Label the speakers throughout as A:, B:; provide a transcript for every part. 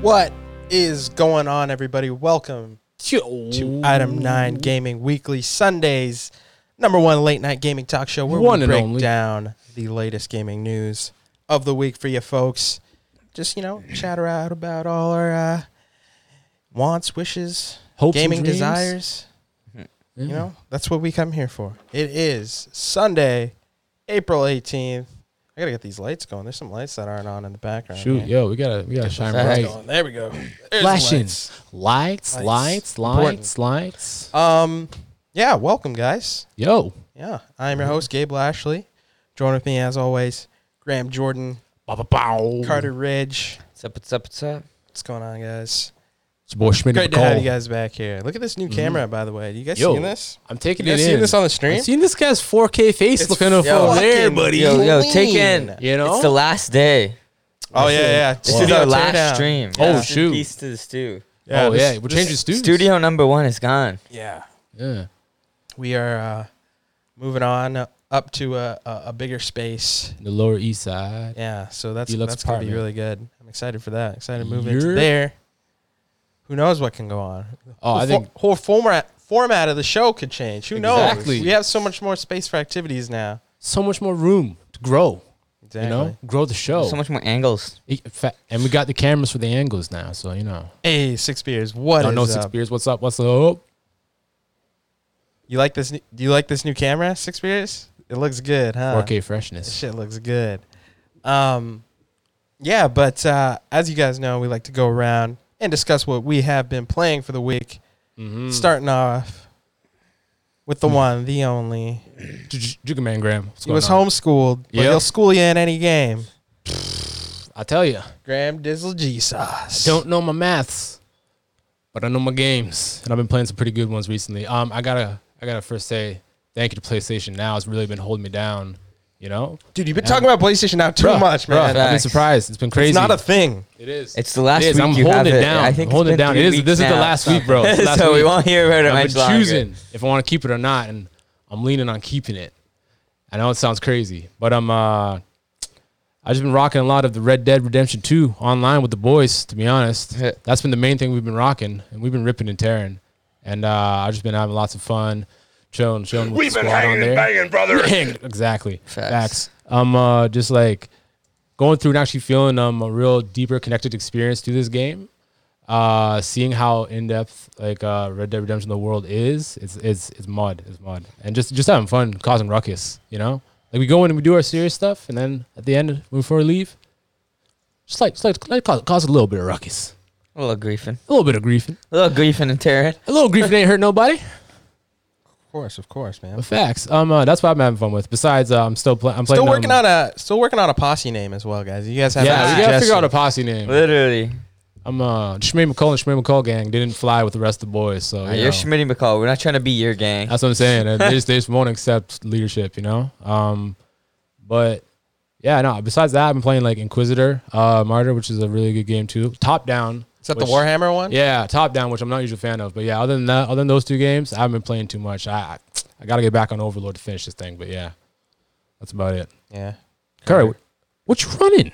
A: What is going on, everybody? Welcome to Item 9 Gaming Weekly Sundays, number one late night gaming talk show where
B: One
A: we
B: and
A: break
B: only.
A: down the latest gaming news of the week for you folks. Just, you know, chatter out about all our uh, wants, wishes,
B: Hopes and
A: gaming
B: dreams.
A: desires. You
B: Yeah.
A: know, that's what we come here for. It is Sunday, April 18th. I got to get these lights going. There's some lights that aren't on in the background.
B: Shoot,
A: here.
B: yo, we gotta we gotta shine
A: That's
B: bright.
A: going. There we go. There's the
B: Flashing
A: lights.
B: lights,
A: Lights.
B: lights, lights, lights.
A: Um, yeah, welcome, guys.
B: Yo,
A: Yeah, I am your host, Gabe Lashley. Join with me, as always, Graham Jordan,
B: Ba, ba, bow.
A: Carter Ridge.
C: What's up? What's up? What's up?
A: What's going on, guys?
B: It's your boy Schmidt
A: Great to
B: McCall.
A: have you guys back here. Look at this new camera, by the way. Do you guys
B: Mm-hmm. Yo,
A: see this?
B: I'm taking
A: You
B: it
A: guys
B: in.
A: seen this on the stream?
B: I'm seeing this guy's 4K face
A: It's
B: looking up
C: yo,
B: from there,
A: fucking-
B: buddy.
C: Yo, yo, take
A: Clean.
C: in.
B: You know?
C: it's the last day.
A: Oh yeah, yeah.
C: This is
A: Studio
C: our
A: teardown.
C: last stream.
B: Oh,
C: Rest in
B: shoot.
C: Peace to the stew.
B: oh
A: this-
B: yeah, we're
A: this-
B: changing studios.
C: Studio number one is gone.
A: Yeah,
B: Yeah.
A: we are uh, moving on uh, up to a, a, a bigger space.
B: The Lower East Side.
A: Yeah, so that's
B: Deluxe
A: that's gonna be
B: apartment.
A: really good. I'm excited for that. Excited to move into
B: You're-
A: there. Who knows what can go on?
B: Oh, I
A: The fo-
B: think
A: whole format format of the show could change. Who
B: Exactly.
A: knows? We have so much more space for activities now.
B: so much more room to grow.
A: Exactly.
B: You know, grow the show.
C: So much more angles.
B: It- in fact- and we got the cameras for the angles now, so you know.
A: Hey, six beers. What
B: Don't know
A: is
B: six
A: up?
B: beers. What's up? What's up?
A: You like this? New, do you like this new camera? Six beers. It looks good, huh?
B: 4K
A: This
B: freshness.
A: Uh, shit looks good. Um, yeah, but uh, as you guys know, we like to go around and discuss what we have been playing for the week.
B: Mm-hmm.
A: Starting off with the one, the only.
B: Jigga Man Graham. What's
A: He
B: Hmm. going
A: was
B: on?
A: homeschooled, but
B: Yep.
A: he'll school you in any game.
B: I tell you,
A: Graham Dizzle G sauce.
B: don't know my maths, but I know my games, and I've been playing some pretty good ones recently. Um, I gotta, I gotta first say thank you to PlayStation Now. It's really been holding me down. You know,
A: Dude, you've been
B: Yeah.
A: talking about PlayStation now too
B: Bruh,
A: much,
B: bruh,
A: man.
B: I've been
C: Facts.
B: surprised. It's been crazy.
A: It's not a thing.
B: it is.
C: It's the last
B: It is.
C: week
B: I'm
C: you
B: holding
C: have
B: it down.
C: I think
B: I'm holding it down. It is- this is the last week, bro. It's the last
C: so we
B: week.
C: won't hear about it
B: I've
C: much
B: been
C: longer.
B: choosing if I want to keep it or not, and I'm leaning on keeping it. I know it sounds crazy, but I'm uh, I've just been rocking a lot of the Red Dead Redemption 2 online with the boys. To be honest,
C: Heh.
B: that's been the main thing we've been rocking, and we've been ripping and tearing, and uh, I've just been having lots of fun, chilling, chilling with the squad on there.
D: brother.
B: exactly.
C: Facts.
B: Facts. I'm uh, just like going through and actually feeling um, a real deeper connected experience to this game. Uh, seeing how in depth like uh, Red Dead Redemption the world is, it's it's it's mud, it's mud, and just just having fun, causing ruckus. You know, like we go in and we do our serious stuff, and then at the end before we leave, just like just like, like cause, cause a little bit of ruckus,
C: A little griefing.
B: a little bit of griefing,
C: A little griefing and tearing.
B: a little griefing ain't hurt nobody.
A: Of course, of course, man.
B: But facts. Um, uh, that's what I'm having fun with. Besides, uh, I'm still playing. I'm playing.
A: Still working
B: um,
A: on a still working on a posse name as well, guys. You guys have
B: Yeah, we gotta figure out a posse name.
C: Literally.
B: I'm uh Shmee McCall and Shmee McCall gang didn't fly with the rest of the boys, so
C: Uh,
B: you
C: you're
B: know,
C: Schmitty McCall. We're not trying to be your gang.
B: that's what I'm saying. And they, just, they just won't accept leadership, you know. Um, but yeah, no. Besides that, I've been playing like Inquisitor, uh, Martyr, which is a really good game too. Top down.
A: Is that
B: which-
A: the Warhammer one?
B: Yeah, top down, which I'm not usually a fan of. But yeah, other than that, other than those two games, I haven't been playing too much. I I, I gotta get back on Overlord to finish this thing. But yeah, that's about it.
A: Yeah.
B: Curry, what you running?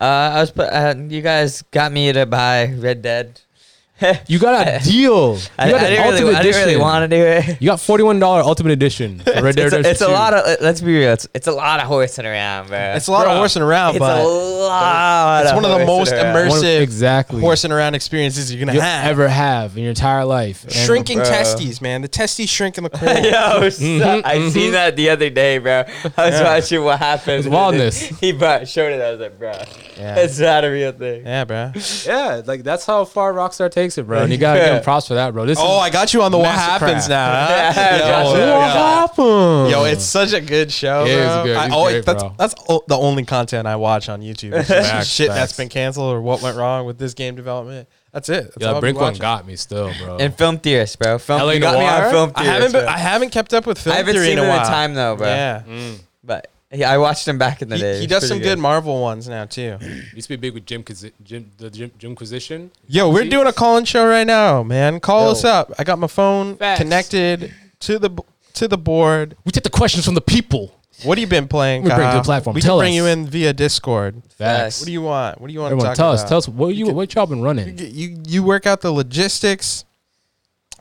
C: Uh, I was. pu- Uh, you guys got me to buy Red Dead.
B: You got a deal. You
C: I, I,
B: got an
C: didn't, really,
B: Ultimate
C: I didn't really
B: Edition.
C: want to do it.
B: You got forty-one dollar Ultimate Edition. for Red Dead
C: It's, a,
B: Redemption
C: it's a
B: 2.
C: lot of. Let's be real. It's, it's a lot of horsing around, bro.
A: It's a lot of
B: Bruh.
A: horsing around,
C: It's a
A: but
C: lot.
A: it's one of the most
C: horsing around.
A: immersive
B: One of- exactly
A: horsing around experiences you're gonna
B: you
A: have.
B: ever have in your entire life. And-
A: Shrinking
C: Bruh.
A: testes, man. The testes shrink in the cold.
C: Yo, so-
A: Mm-hmm,
C: I seen that the other day, bro. I was watching what happened.
B: It's wildness.
C: He brought, showed it. I was like, bro,
A: Yeah.
C: that's not a real thing.
A: Yeah, bro.
B: Yeah, like that's how far Rockstar takes it, bro. And you gotta give them props for that, bro. This
A: Oh, I got you on the what
B: Mastercraft.
A: happens now. huh? Yo,
C: Yeah, gotcha.
A: yeah.
B: happened?
A: Yo, it's such a good show.
B: It is
A: bro.
B: good.
A: I
B: It's
A: always
B: great,
A: that's
B: bro.
A: that's o- the only content I watch on YouTube. It's just
B: Facts,
A: shit that's
B: facts.
A: been canceled or what went wrong with this game development. That's it. That's
B: yeah,
A: all
B: that
A: I'll be
B: Brink one
A: watching.
B: got me still, bro.
C: And film theorists, bro. Film,
B: LA
C: you got me
B: Noire?
C: on film
A: I
C: theorists.
A: haven't been,
C: bro.
A: I haven't kept up with film
C: I haven't
A: theory
C: seen
A: in a
C: it in
A: while.
B: Mm.
C: a time though, bro.
A: Yeah.
C: But Yeah, I watched him back in the
A: He,
C: day.
A: he
C: He's
A: does some
C: pretty
A: good Marvel ones now too.
B: used to be big with Jim, Quisi- Jim the Jim, Jimquisition.
A: Yo, we're
B: See?
A: doing a call-in show right now, man. Call
C: Yo.
A: us up. I got my phone
B: Facts.
A: connected to the b- to the board.
B: We take the questions from the people.
A: What have you been playing?
B: We bring it to
A: Kyle?
B: the platform.
A: We
B: Tell
A: can bring
B: us.
A: you in via Discord.
B: Facts.
A: What do you want? What do you want
B: Everyone,
A: to talk
B: tell
A: about?
B: us. Tell us what you,
A: can-
B: what y'all been running.
A: You, you you work out the logistics,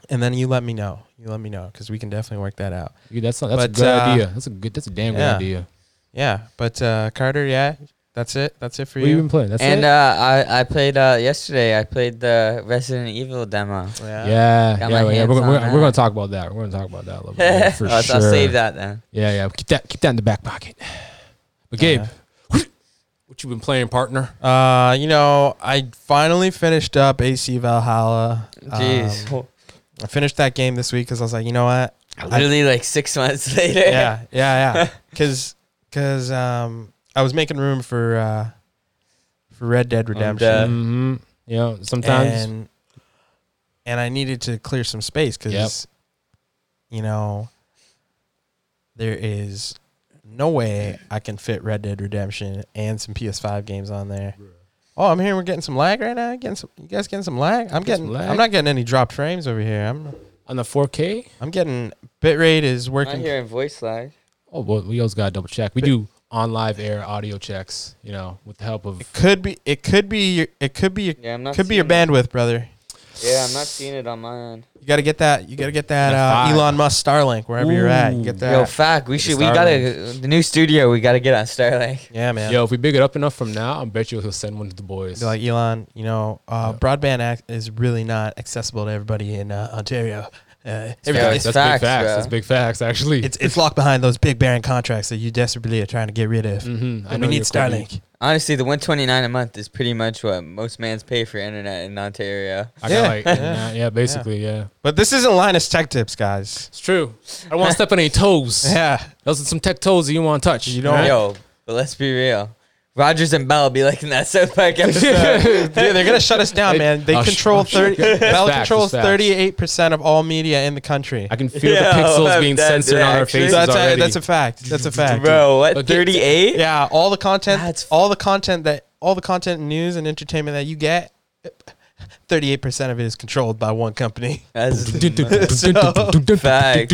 A: and then you let me know. You let me know because we can definitely work that out.
B: Yeah, that's not, that's
A: But,
B: a good
A: uh,
B: idea. That's a good. That's a damn
A: yeah.
B: good idea.
A: Yeah, but uh, Carter, yeah, that's it. That's it for
B: What you
A: you.
B: been playing? That's
C: and
B: it.
C: uh, I I played uh, yesterday. I played the Resident Evil demo.
A: yeah.
B: yeah, yeah,
C: got
B: yeah.
C: my
B: We're,
C: hands
B: gonna-
C: on
B: we're,
C: that.
B: we're gonna talk about that. We're gonna talk about that a little
C: Oh,
B: bit for
C: so
B: sure.
C: I'll save that then.
B: Yeah, yeah. Keep that. Keep that in the back pocket.
A: Uh-huh.
B: But Gabe, what you been playing, partner?
A: Uh, you know, I finally finished up AC Valhalla.
C: Jeez,
A: Um, I finished that game this week because I was like, you know what?
C: literally like six months later.
A: yeah, yeah, yeah. Because because um, I was making room for uh, for Red Dead
C: Dead.
A: Redemption,
B: Mm-hmm. You know, sometimes
A: Uh, and and I needed to clear some space because
B: Yep.
A: you know there is no way I can fit Red Dead Redemption and some PS5 games on there. Oh, I'm hearing we're getting some lag right now. Getting some, you guys getting some lag? I'm
B: Get some
A: getting.
B: lag.
A: I'm not getting any dropped frames over here. I'm.
B: on the 4K.
A: I'm getting bitrate is
C: I'm
A: working.
C: hearing voice lag.
B: Oh, well, we always gotta double check. We do on live air audio checks. You know, with the help of
A: It could be. It could be. your- It could be.
C: Yeah, I'm not.
A: Could be your
C: seeing it.
A: bandwidth, brother.
C: Yeah, I'm not seeing it on my end.
A: You gotta get that. You gotta get that
B: That
A: uh,
B: five.
A: Elon Musk Starlink wherever you're at. You
B: Ooh.
A: get that.
C: Yo, fact, we
B: Get
C: should. We
B: Starlink.
C: gotta the new studio. We gotta get on Starlink.
A: yeah, man.
B: yo. If we big it up enough from now, I bet you he'll send one to the boys.
A: Be like Elon, you know, uh,
B: Yeah.
A: broadband ac- is really not accessible to everybody in uh, Ontario. Uh, everybody,
B: Facts,
C: it's
B: that's
C: facts,
B: big facts.
C: bro.
B: That's big facts. Actually,
A: it's it's locked behind those big barren contracts that you desperately are trying to get rid of.
B: Mhm, I
A: And we
B: know
A: need
B: you're clicking.
A: Starlink.
C: Honestly, the 129 a month is pretty much what most mans pay for internet in Ontario.
B: I
A: Yeah.
B: got like
A: Yeah.
B: yeah, yeah, basically, yeah.
A: But this isn't Linus Tech Tips, guys.
B: It's true. I don't want to step on any toes.
A: Yeah,
B: Those are some tech toes that you want to touch.
A: You don't- Right.
C: Yo, but let's be real. Rogers and Bell be like in that South Park episode.
A: yeah, they're gonna shut us down,
B: They-
A: man. They
B: Oh, sh-
A: control
B: oh, sh-
A: thirty. Bell
B: facts,
A: controls
B: it's facts.
A: thirty-eight percent of all media in the country.
B: I can feel
C: Yeah,
B: the pixels
C: I'm
B: being
C: dead,
B: censored on our
C: actually.
B: faces
A: that's a,
B: already.
A: that's a fact. That's a fact.
C: Bro, what?
B: Look, it-
C: 38?
A: Yeah, all the content,
C: That's-
A: all the content that, all the content, and news, and entertainment that you get, thirty-eight percent of it is controlled by one company.
C: That's Facts.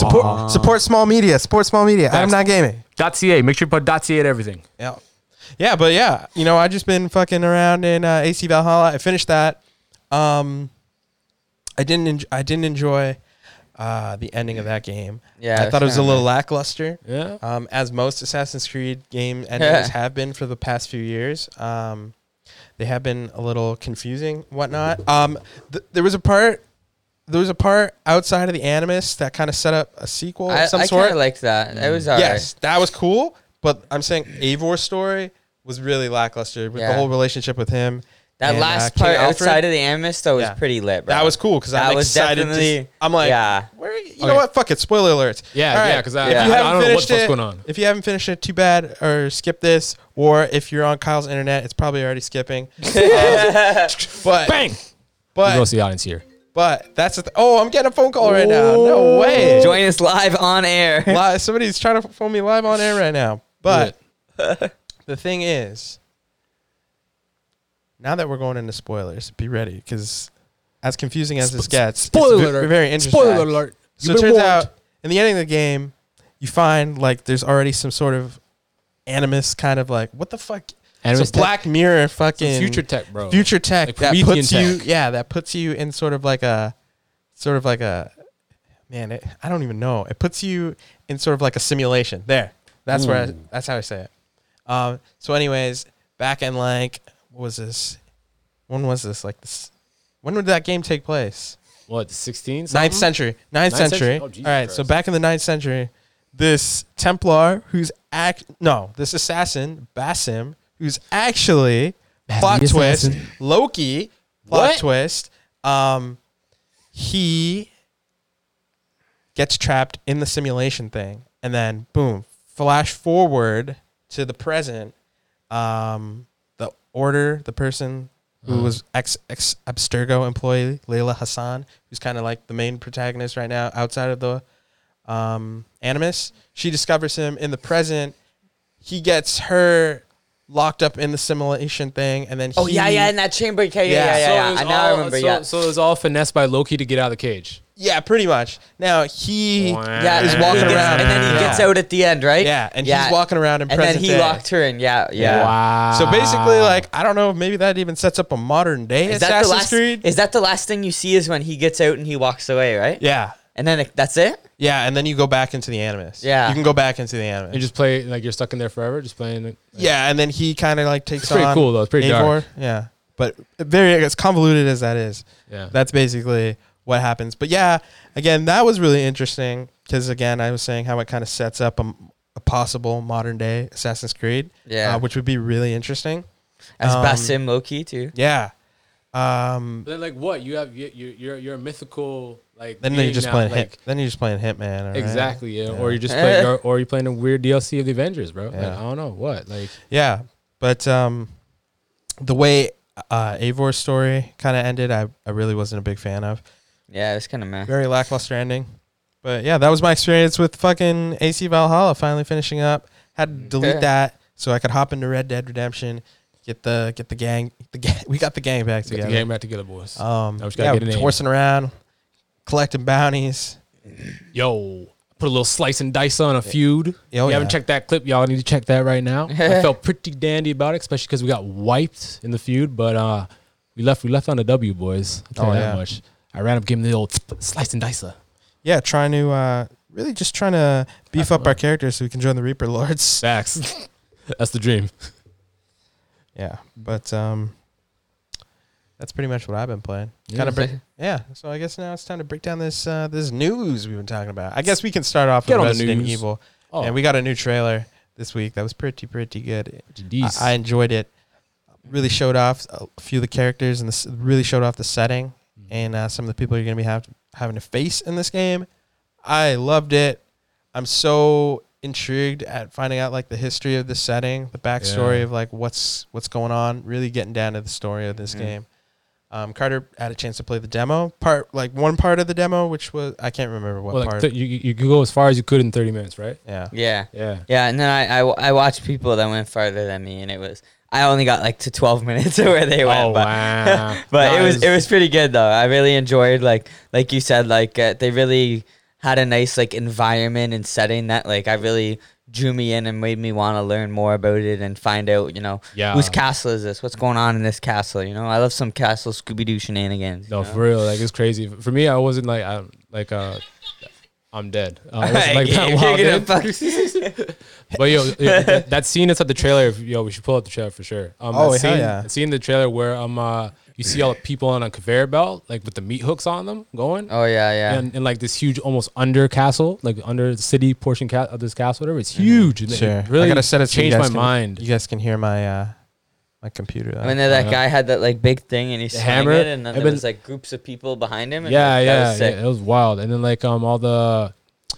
A: Support, support small media. Support small media. I'm
B: Facts.
A: not gaming.
B: .ca. Make sure you put .ca at everything.
A: Yeah, yeah, but yeah, you know, I just been fucking around in uh, AC Valhalla. I finished that. Um, I didn't, en- I didn't enjoy uh, the ending of that game.
C: Yeah,
A: I thought it was a
C: kinda.
A: little lackluster.
B: Yeah.
A: um, as most Assassin's Creed game endings
C: Yeah.
A: have been for the past few years. Um, they have been a little confusing, whatnot. Um, th- there was a part, there was a part outside of the Animus that kind of set up a sequel
C: I,
A: of some
C: I
A: sort. Mm.
C: kind of liked that. It was alright.
A: yes, that was cool. But I'm saying Avor's story was really lackluster with the
C: Yeah.
A: whole relationship with him.
C: That
A: and,
C: last
A: uh, King
C: part
A: Alfred.
C: outside of the Amos though was
A: Yeah.
C: pretty lit, bro.
A: that was cool because
C: That
A: I'm
C: was
A: excited. To,
C: definitely-
A: I'm like,
C: yeah.
A: where are you, you
B: Okay.
A: know what? Fuck it. Spoiler alerts.
B: Oh, Yeah,
A: All right.
B: yeah, because I,
C: If
B: I,
A: you haven't
B: I don't know what,
A: finished
B: what's
A: it-
B: going on.
A: If you haven't finished it, too bad, or skip this, or if you're on Kyle's internet, it's probably already skipping. Um, but
B: Bang! You go
A: but
B: see the audience here.
A: but that's the th- oh, I'm getting a phone call right now. No way.
C: Join us live on air.
A: Li- somebody's trying to phone me live on air right now. But the thing is, now that we're going into spoilers, be ready because as confusing as this gets, it's ve- very interesting.
B: Spoiler alert.
A: So it turns out in the ending of the game, you find like there's already some sort of animus kind of like what the fuck?
B: and
A: it's a Black Mirror fucking
B: future tech, bro.
A: future tech
B: Like
A: that
B: Promethean
A: puts you
B: tech.
A: yeah that puts you in sort of like a sort of like a man it, I don't even know it puts you in sort of like a simulation there that's where I,
B: Ooh.
A: that's how I say it. Um, so anyways, back in like what was this? When was this? Like this? When would that game take place?
B: What? 16?
A: ninth century. Ninth,
B: Ninth
A: century.
B: century? Oh, Jesus
A: All right, so
B: Christ.
A: back in the ninth century, this Templar who's act no, this assassin Basim, who's actually plot
B: the
A: twist
B: assassin.
A: Loki plot
B: What?
A: twist. Um, he gets trapped in the simulation thing, and then boom, flash forward to the present. Um, the order, the person who was ex ex Abstergo employee Layla Hassan, who's kind of like the main protagonist right now outside of the um, Animus. She discovers him in the present. He gets her locked up in the simulation thing, and then
C: Oh
A: he,
C: yeah, yeah, in that chamber. Okay, yeah,
A: Yeah.
C: yeah,
B: So it
C: yeah. yeah.
B: was
C: I now I
B: all-
C: remember.
B: So,
C: yeah,
B: so it was all finessed by Loki to get out of the cage.
A: yeah, pretty much. Now he,
C: yeah.
A: he's
C: and
A: walking
C: he gets,
A: around.
C: and then he gets
A: Yeah.
C: out at the end, right?
A: yeah, and
C: Yeah.
A: he's walking around in
C: and
A: present
C: then he
A: day.
C: locked her in. Yeah, yeah.
B: Wow.
A: So basically, like I don't know, maybe that even sets up a modern day
C: Is that
A: Assassin's
C: the last?
A: Creed.
C: Is that the last thing you see? Is when he gets out and he walks away, right?
A: yeah,
C: And then it, that's it.
A: yeah, and then you go back into the Animus.
C: Yeah.
A: you can go back into the
B: you
A: Animus.
B: just play like you're stuck in there forever, just playing. Like,
A: Yeah, and then he kind of like takes
B: It's pretty
A: on
B: cool, though. It's pretty dark.
A: Yeah, but very as convoluted as that is,
B: Yeah.
A: that's basically what happens. But yeah, again, that was really interesting because again, I was saying how it kind of sets up a, a possible modern day Assassin's Creed.
C: Yeah.
A: uh, which would be really interesting.
C: As
A: Um,
C: Basim Loki too.
A: Yeah. Um,
B: But then like what you have you you- you're you're a mythical like.
A: then you're
B: being
A: just
B: now,
A: playing
B: like,
A: hit. Then you're just playing Hitman. all right?
B: Exactly. Yeah.
A: Yeah.
B: Or you're just
C: Eh.
B: playing or, or you're playing a weird DLC of the Avengers, bro. Like,
A: Yeah.
B: I don't know what like.
A: Yeah, but um, the way uh, Avor's story kind of ended, I, I really wasn't a big fan of.
C: Yeah, it's kind of meh.
A: Very lackluster ending. But yeah, that was my experience with fucking AC Valhalla. Finally finishing up. Had to delete
C: Yeah.
A: that so I could hop into Red Dead Redemption. Get the get the gang. The gang we got the gang back
B: Get the
A: together.
B: game back together, boys.
A: Um,
B: Now we just gotta
A: yeah,
B: get an aim.
A: horsing around, collecting bounties.
B: Yo, put a little slice and dice on a feud.
A: Yeah, oh
B: you
A: yeah.
B: haven't checked that clip, y'all need to check that right now. I felt pretty dandy about it, especially because we got wiped in the feud, but uh, we left we left on a W, boys. I'll tell
A: Oh,
B: you
A: yeah.
B: that much. I ran up giving the old slice and dicer.
A: Yeah, trying to uh, really just trying to beef
B: Have
A: up our
B: fun.
A: characters so we can join the Reaper Lords.
B: Facts. That's the dream.
A: Yeah, but um, that's pretty much what I've been playing.
B: Yeah.
A: kind of break. Yeah, so I guess now it's time to break down this uh, this news we've been talking about. I guess we can start off
B: Get
A: with
B: on the
A: Resident
B: news.
A: Evil,
B: Oh,
A: and we got a new trailer this week that was pretty pretty good. I,
B: jeez.
A: I enjoyed it. Really showed off a few of the characters and this really showed off the setting
B: Mm-hmm.
A: and uh, some of the people you're gonna be have, having to face in this game. I loved it. I'm so intrigued at finding out like the history of the setting, the backstory
B: Yeah.
A: of like what's what's going on. Really getting down to the story of this
C: Mhm.
A: game. Um, Carter had a chance to play the demo part, like one part of the demo, which was I can't remember what
B: well, like,
A: part.
B: th- you, you you could go as far as you could in 30 minutes, right?
A: yeah,
C: Yeah,
B: Yeah.
C: yeah. And then I, I, I watched people that went farther than me, and it was I only got like to twelve minutes of where they went.
B: Oh,
C: but,
B: wow.
C: but it
B: Nice.
C: was it was pretty good though. I really enjoyed like like you said like uh, they really had a nice like environment and setting that like I really drew me in and made me want to learn more about it and find out you know
B: yeah.
C: whose castle is this? What's going on in this castle? You know, I love some castle Scooby Doo shenanigans.
B: No,
C: you know?
B: for real, like it's crazy. For me, I wasn't like I'm like uh, I'm dead. Uh, it wasn't like that
C: You're
B: wild,
C: gonna
B: dude.
C: fuck-
B: But yo, yo, that, that scene that's at the trailer. Yo, we should pull up the trailer for sure.
A: Oh,
B: Um, that
A: hell
B: scene,
A: yeah.
B: that scene in the trailer where um uh, you see all the people on a conveyor belt like with the meat hooks on them going.
C: oh yeah, yeah.
B: And, and like this huge, almost under castle, like under the city portion ca- of this castle, whatever. It's huge. and it
A: Mm-hmm. sure.
B: really
A: I gotta set it. so you
B: changed
A: guys
B: my
A: can-
B: mind.
A: You guys can hear my uh, my computer. though.
C: when that
B: Yeah.
C: guy had that like big thing and he swung
B: hammer,
C: it, and then
B: I've
C: there
B: been-
C: was like groups of people behind him. And
B: yeah,
C: like, that
B: yeah,
C: was sick.
B: yeah. It was wild. And then like um all the, I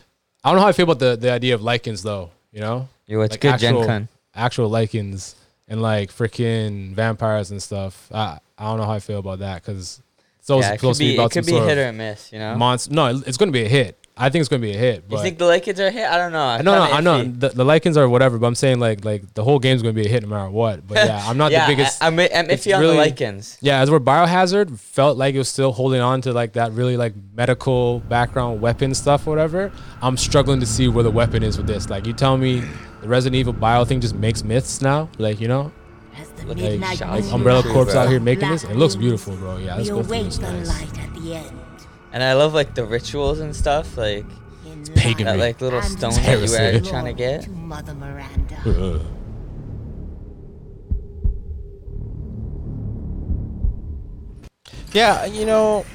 B: don't know how I feel about the the idea of lichens though. You know,
C: Yo, it's
B: like
C: good, Gen
B: actual-
C: Con.
B: actual lichens and like freaking vampires and stuff. I I don't know how I feel about that because it's always
C: Yeah, it could
B: supposed to
C: be,
B: be about
C: it could
B: some
C: be
B: sort
C: hit
B: of
C: or miss, you know.
B: monster. No, it- it's going to be a hit. I think it's going to be a hit.
C: you
B: But
C: think the Lakers are hit? I don't know.
B: I know, no, I know the, the lichens are whatever. But I'm saying like like the whole game's going to be a hit no matter what. But yeah, I'm not the biggest.
C: I, am I'm
B: it's
C: iffy on
B: really-
C: the Lakins.
B: yeah, as where Biohazard felt like it was still holding on to like that really like medical background weapon stuff, or whatever. I'm struggling to see where the weapon is with this. Like you tell me, the Resident Evil Bio thing just makes myths now. Like you know,
D: As the
B: Like,
D: midnight
C: like
D: moon
B: Umbrella
D: rises
B: Corp's out here
D: from
B: making this?
D: black
B: It looks
D: ruins,
B: beautiful, bro. Yeah, let's
D: we
B: go through
D: await
B: this.
D: the
B: Nice.
D: light at the end.
C: And I love like the rituals and stuff, like
D: In
B: pagan
D: light
C: that like little
D: and
C: stone that you were
B: heresy.
C: trying to get.
D: to Mother Miranda.
B: Ugh.
A: yeah, you know,
B: What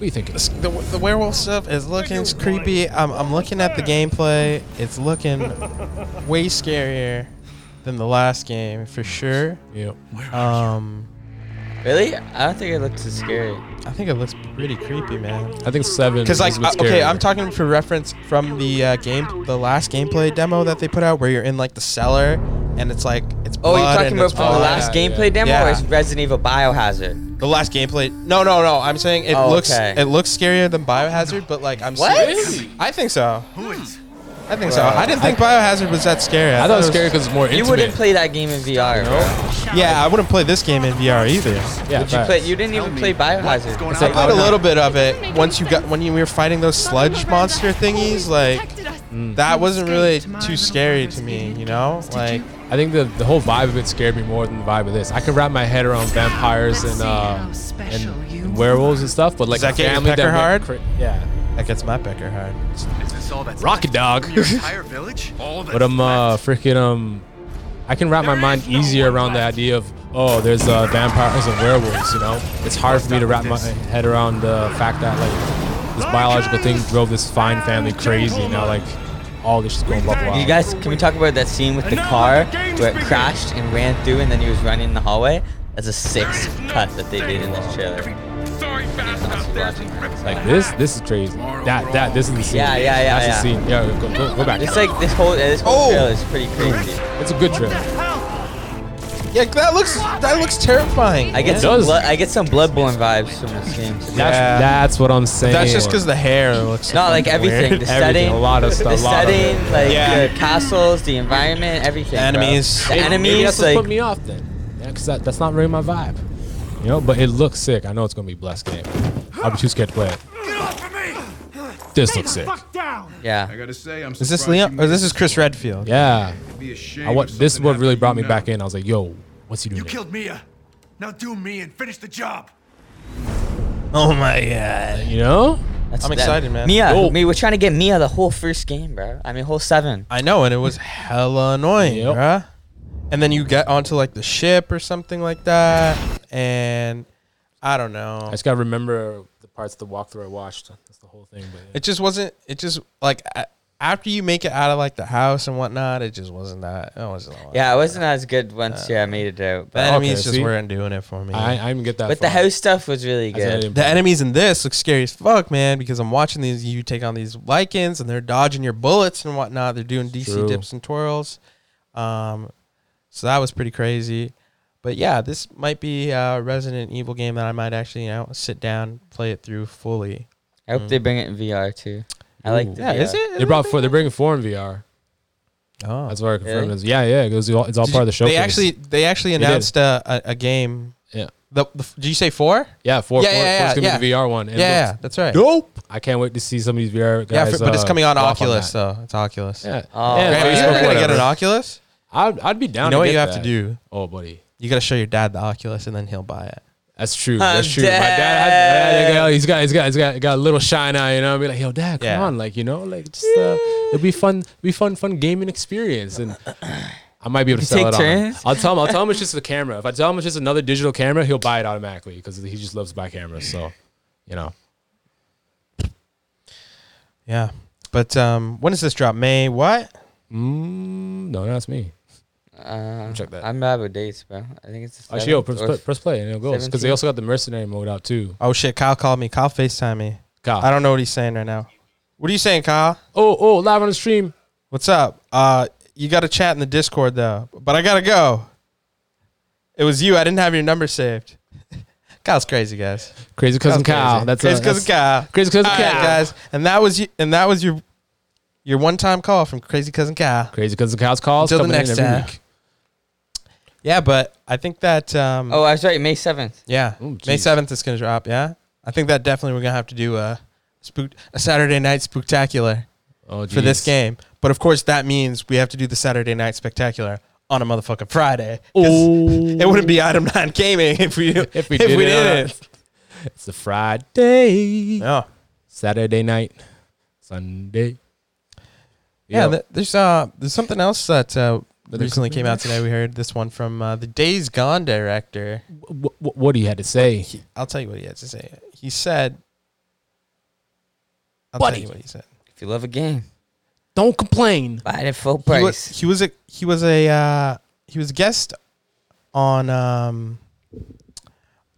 B: are you thinking?
A: s- the, the werewolf stuff is looking creepy. I'm, I'm looking at the gameplay. It's looking way scarier than the last game for sure.
B: Yeah.
A: Um,
C: Really? I don't think it looks as scary.
A: I think it looks pretty creepy, man.
B: I think seven.
A: Because like,
B: is what's
A: uh, okay,
B: scarier.
A: I'm talking for reference from the uh, game, the last gameplay demo that they put out, where you're in like the cellar, and it's like it's
C: Oh,
A: blood
C: you're
A: and
C: talking about
A: it's
C: from the
A: blood.
C: last
B: yeah,
C: gameplay
B: yeah.
C: demo, or
A: Yeah.
C: is Resident Evil Biohazard?
A: The last gameplay. No, no, no. I'm saying it
C: Oh,
A: looks
C: okay.
A: it looks scarier than Biohazard, but like I'm
C: What?
A: serious. I think so. I think so. I didn't think Biohazard was that scary.
B: I thought it was scary because it's more
C: You
B: intimate.
C: wouldn't play that game in VR. bro.
A: Yeah, I wouldn't play this game in VR either.
B: Yeah,
C: Would you play?
B: facts.
C: You didn't even play Biohazard.
E: going
A: I
E: on?
A: played a little bit of it once you got when you were fighting those sludge monster thingies. Like that wasn't really too scary to me, you know. Like
B: I think the, the whole vibe of it scared me more than the vibe of this. I can wrap my head around vampires and uh, and, and werewolves and stuff, but like
A: Does that
B: a
A: get your
B: family
A: pecker
B: that
A: hard?
B: went cra- yeah.
A: that gets my pecker hard.
E: Is this all that's
B: Rocket
E: left
B: dog.
E: from Your entire village? All
B: But I'm uh, freaking um, I can wrap my mind easier around the idea of oh, there's uh, vampires and werewolves. You know, it's hard for me to wrap my head around the fact that like this biological thing drove this fine family crazy. Now like all this is going blah blah.
C: You guys, can we talk about that scene with the car where it crashed and ran through, and then he was running in the hallway? That's a sixth cut that they did in this trailer.
F: Sorry bastard out there who rips
B: like this, this is crazy. That that this is the scene.
C: Yeah, yeah, yeah,
B: That's the
C: yeah.
B: scene. Yeah, go, go, go back.
C: It's like this whole this whole
A: Oh!
C: trailer is pretty crazy.
B: it's a good trailer.
A: Yeah, that looks that looks terrifying.
C: I get
B: It
C: some
B: does.
C: blood, I get some Bloodborne vibes from this game. to be
B: That's,
A: Yeah.
B: that's what I'm saying.
A: That's just because the hair looks.
C: No, like
A: fucking
C: everything.
A: weird.
C: The
B: Everything,
C: setting,
B: a lot of
C: The
B: stuff, a lot of
C: setting,
B: it.
C: like
A: Yeah.
C: the castles, the environment, everything. bro.
A: Enemies.
C: The
A: Maybe-
B: Maybe that's
C: enemies,
B: what
C: like
B: put me off then. Yeah, 'cause that, that's not really my vibe. You know, but it looks sick. I know it's gonna be a blessed game. I'll be too scared to play it.
E: Get off of me!
B: This looks sick.
F: I
C: yeah.
F: gotta say, I'm
A: Is this Liam? Or this is Chris Redfield?
B: Yeah.
F: Be ashamed
B: I wa-
F: if
B: this is
F: something
B: what really
F: happened to
B: brought me
F: you
B: back
F: now.
B: in. I was like, yo, what's he doing?
E: You
B: there?
E: killed Mia. Now do me and finish the job.
A: Oh my god.
B: You know?
C: That's
A: I'm
C: that-
A: excited, man.
C: Mia,
B: Yo.
C: we were trying to get Mia the whole first game, bro. I mean, whole seven.
A: I know, and it was hella annoying,
B: Yep.
A: bruh. And then you get onto like the ship or something like that, and I don't know.
B: I just gotta remember the parts of the walkthrough I watched. That's the whole thing. But yeah.
A: It just wasn't. It just like a- after you make it out of like the house and whatnot, it just wasn't that. It wasn't. all
C: Yeah,
A: that.
C: it wasn't as good once yeah I made it
A: Uh,
C: out,
A: the
C: but,
A: enemies
B: okay,
A: just
B: see?
A: weren't doing it for me.
B: I, I didn't get that.
C: but the
B: far.
C: house stuff was really
B: I said I
C: good.
B: didn't
A: the
B: play it.
A: enemies in this look scary as fuck, man. Because I'm watching these, you take on these lycans, and they're dodging your bullets and whatnot. They're doing DC
B: True.
A: dips and twirls, um, so that was pretty crazy. But yeah, this might be a Resident Evil game that I might actually, you know, sit down, play it through fully.
C: I hope they bring it in VR too. I like. The
A: Mm. Yeah, is
C: VR.
A: it?
B: They brought four. They're bringing four in VR.
A: Oh,
B: That's what I confirmed.
C: Really?
B: Is Yeah, yeah. It goes. All, it's all
A: Did
B: part of
A: you-
B: the showcase.
A: They actually they actually
B: did.
A: announced a, a, a game.
B: Yeah.
A: The, the did you say four?
B: Yeah, four.
A: Yeah,
B: four,
A: yeah,
B: four's gonna
A: yeah,
B: be the VR one. and it
A: yeah,
B: looks
A: that's right.
B: Dope. I can't wait to see some of these VR
A: yeah,
B: guys.
A: for- but it's
B: uh,
A: coming on
B: go off
A: Oculus
B: that.
A: though. It's Oculus.
B: Yeah.
C: Oh.
B: yeah,
A: Grant, are you
B: Facebook,
A: ever gonna get
B: whatever.
A: an Oculus?
B: I'd, I'd be down.
A: You know
B: to
A: what
B: get
A: you have
B: that.
A: to do?
B: Oh, buddy,
A: You gotta show your dad the Oculus, and then he'll buy it.
B: that's true.
C: I'm
B: that's true. My dad, I- I- I- he's got, he's got, he's got, got a little shine eye. You know, I'd be like, yo, dad, come
A: Yeah.
B: on, like, you know, like, just uh, it'll be fun, be fun, fun gaming experience, and I might be able to sell
C: take
B: it
C: turns?
B: on. I'll tell him. I'll tell him it's just a camera. If I tell him it's just another digital camera, he'll buy it automatically because he just loves to buy cameras. So, you know,
A: Yeah. But um, when does this drop? May what?
B: mm, no, that's me.
C: Uh,
B: Check that.
C: I'm bad with dates, bro. I think it's. the
B: Actually, yo, press,
C: seventh
B: play,
C: or
B: press play and it'll go. Because they
C: 17.
B: also got the mercenary mode out too.
A: Oh shit! Kyle called me. Kyle Facetime me.
B: Kyle.
A: I don't know what he's saying right now. What are you saying, Kyle?
B: oh, oh, live on the stream.
A: What's up? Uh, you got to chat in the Discord though. But I gotta go. It was you. I didn't have your number saved. Kyle's crazy, guys.
B: Crazy cousin Kyle. That's
A: crazy
B: uh,
A: cousin
B: that's-
A: Kyle.
B: Crazy cousin
A: All right,
B: Kyle.
A: guys. And that was you, and that was your your one time call from crazy cousin Kyle.
B: Crazy cousin Kyle's calls
A: Until the
B: coming in
A: next
B: every
A: time.
B: week.
A: Yeah, but I think that um,
C: Oh, I was right. May seventh.
A: yeah,
B: Ooh,
A: May
B: geez.
A: seventh is gonna drop. Yeah, I think that definitely we're gonna have to do a spook a Saturday night spooktacular
B: Oh,
A: for this
B: jeez.
A: game. But of course, that means we have to do the Saturday night spectacular on a motherfucking Friday. 'cause It wouldn't be item nine gaming if we
B: If we did it uh, on a- It's a Friday,
A: No.
B: Saturday night, Sunday.
A: Yeah,
B: Yo,
A: th- there's uh there's something else that uh,
B: That are
A: recently
B: coming
A: came out today. We heard this one from uh, the Days Gone director.
B: wh- wh- what do you had to say?
A: He, I'll tell you what he has to say. He said, "I'll
B: Buddy.
A: tell you what he said."
C: If you love a game,
B: Don't complain.
C: buy it at full
A: He
C: price.
A: was, he was a he was a uh, he was a guest on um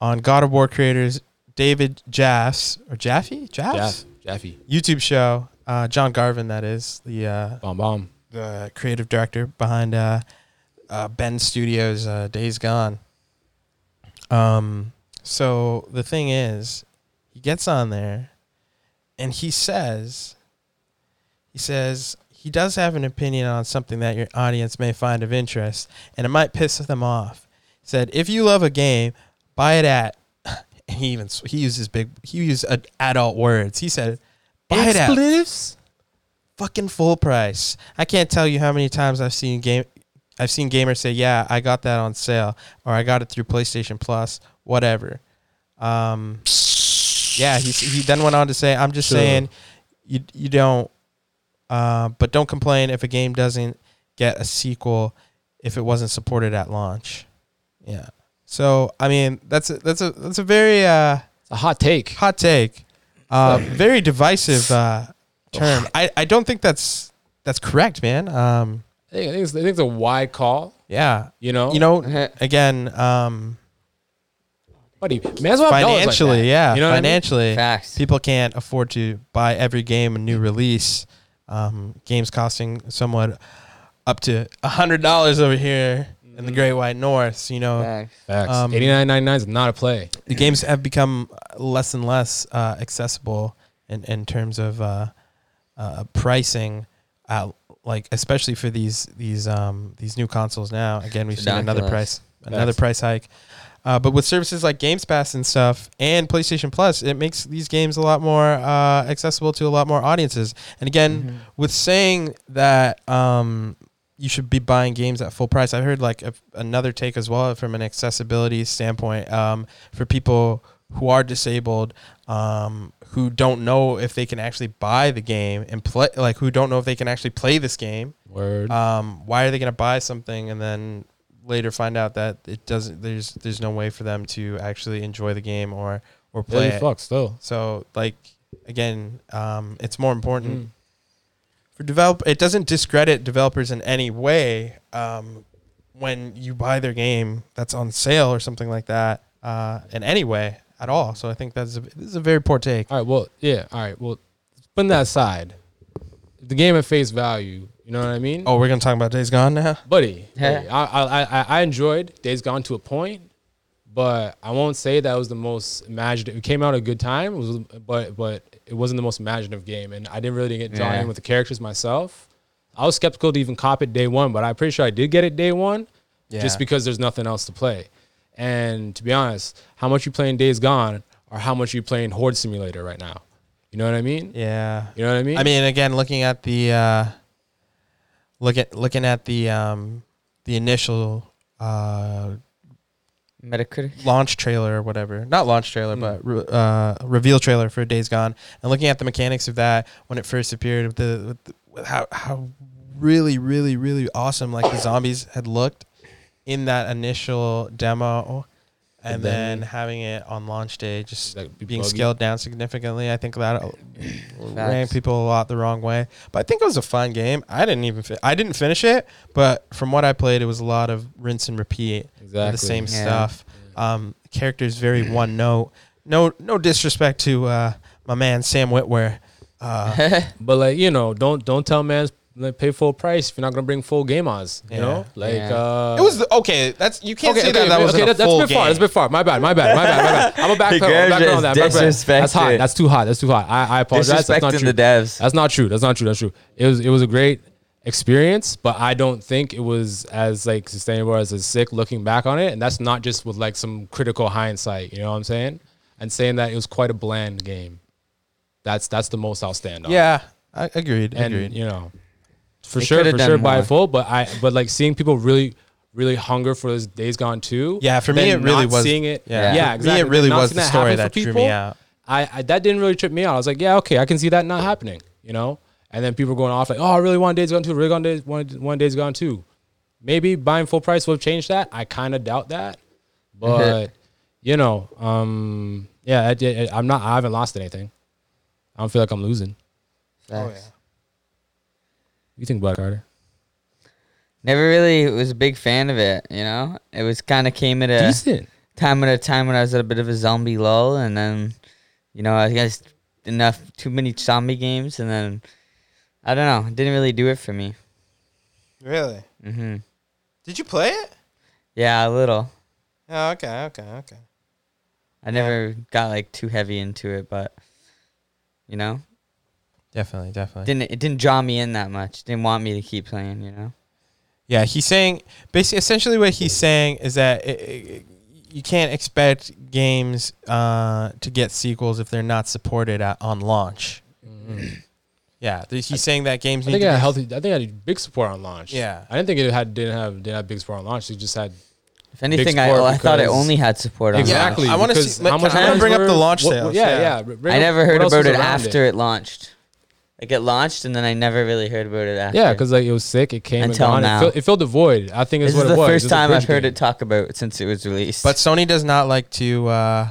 A: on God of War creators David Jaffs or Jaffe Jaffs
B: Jaff, Jaffy,
A: YouTube show. Uh, John Garvin, that is the uh,
B: bomb, bomb.
A: the creative director behind uh, uh, Ben Studios' uh, Days Gone. Um, So the thing is, he gets on there and he says, he says, he does have an opinion on something that your audience may find of interest and it might piss them off. He said, if you love a game, buy it at, and he even, he uses big, he used uh, adult words. He said, buy it at
B: Expletives?
A: fucking full price. I can't tell you how many times I've seen game I've seen gamers say, "Yeah, I got that on sale or I got it through PlayStation Plus, whatever." Um yeah, he s- he then went on to say, "I'm just
B: Sure.
A: saying you you don't uh, but don't complain if a game doesn't get a sequel if it wasn't supported at launch." Yeah. So, I mean, that's a, that's a that's a very uh
B: It's a hot take.
A: hot take. Uh, very divisive uh,
B: Oh.
A: term. I, I don't think that's that's correct, man. Um,
B: I think, I, think it's, I think it's a wide call.
A: yeah,
B: You know,
A: you know, again, um,
B: buddy, may as well have dollars Oh, like
A: financially,
B: that.
A: yeah,
B: You know what I mean?
A: financially,
C: Facts.
A: people can't afford to buy every game a new release. Um, games costing somewhat up to hundred dollars over here in the Great White North. You know,
B: Mm-hmm. Facts.
A: Um,
B: 89.99 is not a play.
A: the games have become less and less uh, accessible in, in terms of uh, uh, pricing, uh, like especially for these these um, these new consoles now. Again, we've seen another
C: Ridiculous.
A: price another price hike, uh, but with services like Games Pass and stuff and PlayStation Plus, it makes these games a lot more uh, accessible to a lot more audiences. And again, with saying that. Um, you should be buying games at full price. I heard like a, another take as well from an accessibility standpoint um, for people who are disabled, um, who don't know if they can actually buy the game and play, like who don't know if they can actually play this game.
B: Word.
A: Um, why are they going to buy something and then later find out that it doesn't? There's there's no way for them to actually enjoy the game or or play
B: Holy
A: it.
B: fuck, still.
A: So like again, um, it's more important for develop. It doesn't discredit developers in any way um, when you buy their game that's on sale or something like that uh, in any way at all. So I think that's a, this is a very poor take.
B: All right. Well, yeah. All right. Well, putting that aside, the game at face value. You know what I mean?
A: Oh, we're gonna talk about Days Gone now.
B: buddy.
C: Yeah.
B: hey, I, I I I enjoyed Days Gone to a point, but I won't say that was the most imaginative. It came out at a good time, it was, but but it wasn't the most imaginative game, and I didn't really get drawn
C: Yeah.
B: in with the characters myself. I was skeptical to even cop it day one, but I'm pretty sure I did get it day one,
A: Yeah.
B: just because there's nothing else to play. And to be honest, how much you playing Days Gone or how much you playing Horde Simulator right now? You know what I mean?
A: Yeah.
B: You know what I mean?
A: I mean, again, looking at the uh, look at looking at the um, the initial uh,
C: Metacritic.
A: launch trailer or whatever not launch
B: Hmm.
A: trailer but re- uh, reveal trailer for days gone and looking at the mechanics of that when it first appeared with the, with the with how, how really really really awesome like the zombies had looked in that initial demo and
B: And
A: then,
B: then-
A: having it on launch day just
B: That'd be
A: being
B: buggy.
A: scaled down significantly i think that ran
C: Facts.
A: people a lot the wrong way but i think it was a fun game i didn't even fi- i didn't finish it but from what i played it was a lot of rinse and repeat of the
B: Exactly.
A: same
C: Yeah.
A: stuff. Um, characters very one note. No, no disrespect to uh, my man Sam Whitwer. Uh,
B: But like you know, don't don't tell man like, pay full price if you're not gonna bring full game ons. You
A: Yeah.
B: know, like
C: Yeah.
B: uh,
A: it was the- okay. That's you can't say that that was a
B: that- that's
A: full
B: a bit
A: game.
B: far. That's a bit far. My bad. My bad. My bad. My bad. I'm a
C: He
B: backpedal. I'm
C: grabbed it
B: backpedal on that.
C: as
B: backpedal. That's hot.
C: disrespected.
B: That's too hot. That's too hot. I, I apologize. That's not
C: Disrespecting
B: true.
C: the devs.
B: That's not true. That's not true. That's true. It was it was a great experience, but I don't think it was as like sustainable as it's sick looking back on it. And that's not just with like some critical hindsight. You know what I'm saying? And saying that it was quite a bland game. That's that's the most I'll stand on
A: Yeah, I agreed.
B: and
A: agreed.
B: you know, for
C: They
B: sure,
C: coulda
B: for
C: done
B: sure, buy
C: more.
B: it full. But I, but like seeing people really, really hunger for this Days Gone too.
A: Yeah, for me,
B: then
A: it really
B: not
A: was-
B: seeing it.
A: yeah. For
B: Yeah,
A: me, it
B: exactly. Then
A: really
B: not
A: was
B: seeing
A: the story
B: happen for
A: that drew me out.
B: I, I that didn't really trip me out. I was like, yeah, okay, I can see that not happening. You know, and then people going off like, oh, I really want Days Gone too. Really want Days one one Days Gone too. Maybe buying full price will change that. I kind of doubt that, but you know, um, yeah, I, did- I'm not. I haven't lost anything. I don't feel like I'm losing.
C: Facts.
B: You think about it, Carter?
C: Never really was a big fan of it. You know, it was kind of came at a
B: Decent.
C: time at a time when I was at a bit of a zombie lull, and then you know I guess enough too many zombie games, and then I don't know, it didn't really do it for me.
A: Really?
C: hmm
A: Did you play it?
C: Yeah, a little.
A: Oh, okay, okay, okay.
C: I never got like too heavy into it, but you know,
A: Definitely, definitely.
C: didn't it didn't draw me in that much. Didn't want me to keep playing. You know.
A: Yeah, he's saying basically, essentially, what he's saying is that it, it, you can't expect games uh, to get sequels if they're not supported at, on launch. Mm-hmm. Yeah, th- he's saying that games
B: I
A: need
B: think it
A: to
B: had
A: be-
B: healthy. I think it had big support on launch.
A: Yeah.
B: I didn't think it had didn't have didn't have big support on launch. It just had
C: If anything, I,
B: support
C: I thought it
B: because-
C: only had support on
A: Exactly.
C: launch.
A: I wanna
B: because
A: see- like,
B: how much
C: I wanna
B: hands
A: bring up the
B: were-
A: launch
B: what-
A: sales,
B: Yeah,
A: yeah.
B: yeah. Bring
C: I
B: up
C: never heard
B: what else
C: about
B: was
C: it
B: around
C: after it. launched. Like it launched, and then I never really heard about it after.
B: Yeah, because like it was sick. It came
C: Until
B: and gone.
C: now.
B: It, filled, it filled the void. I think is
C: this
B: what
C: is
B: it
C: the
B: was.
C: first
B: It was a
C: time
B: bridge
C: I've heard
B: game.
C: it talk about it since it was released.
A: But Sony does not like to. Uh,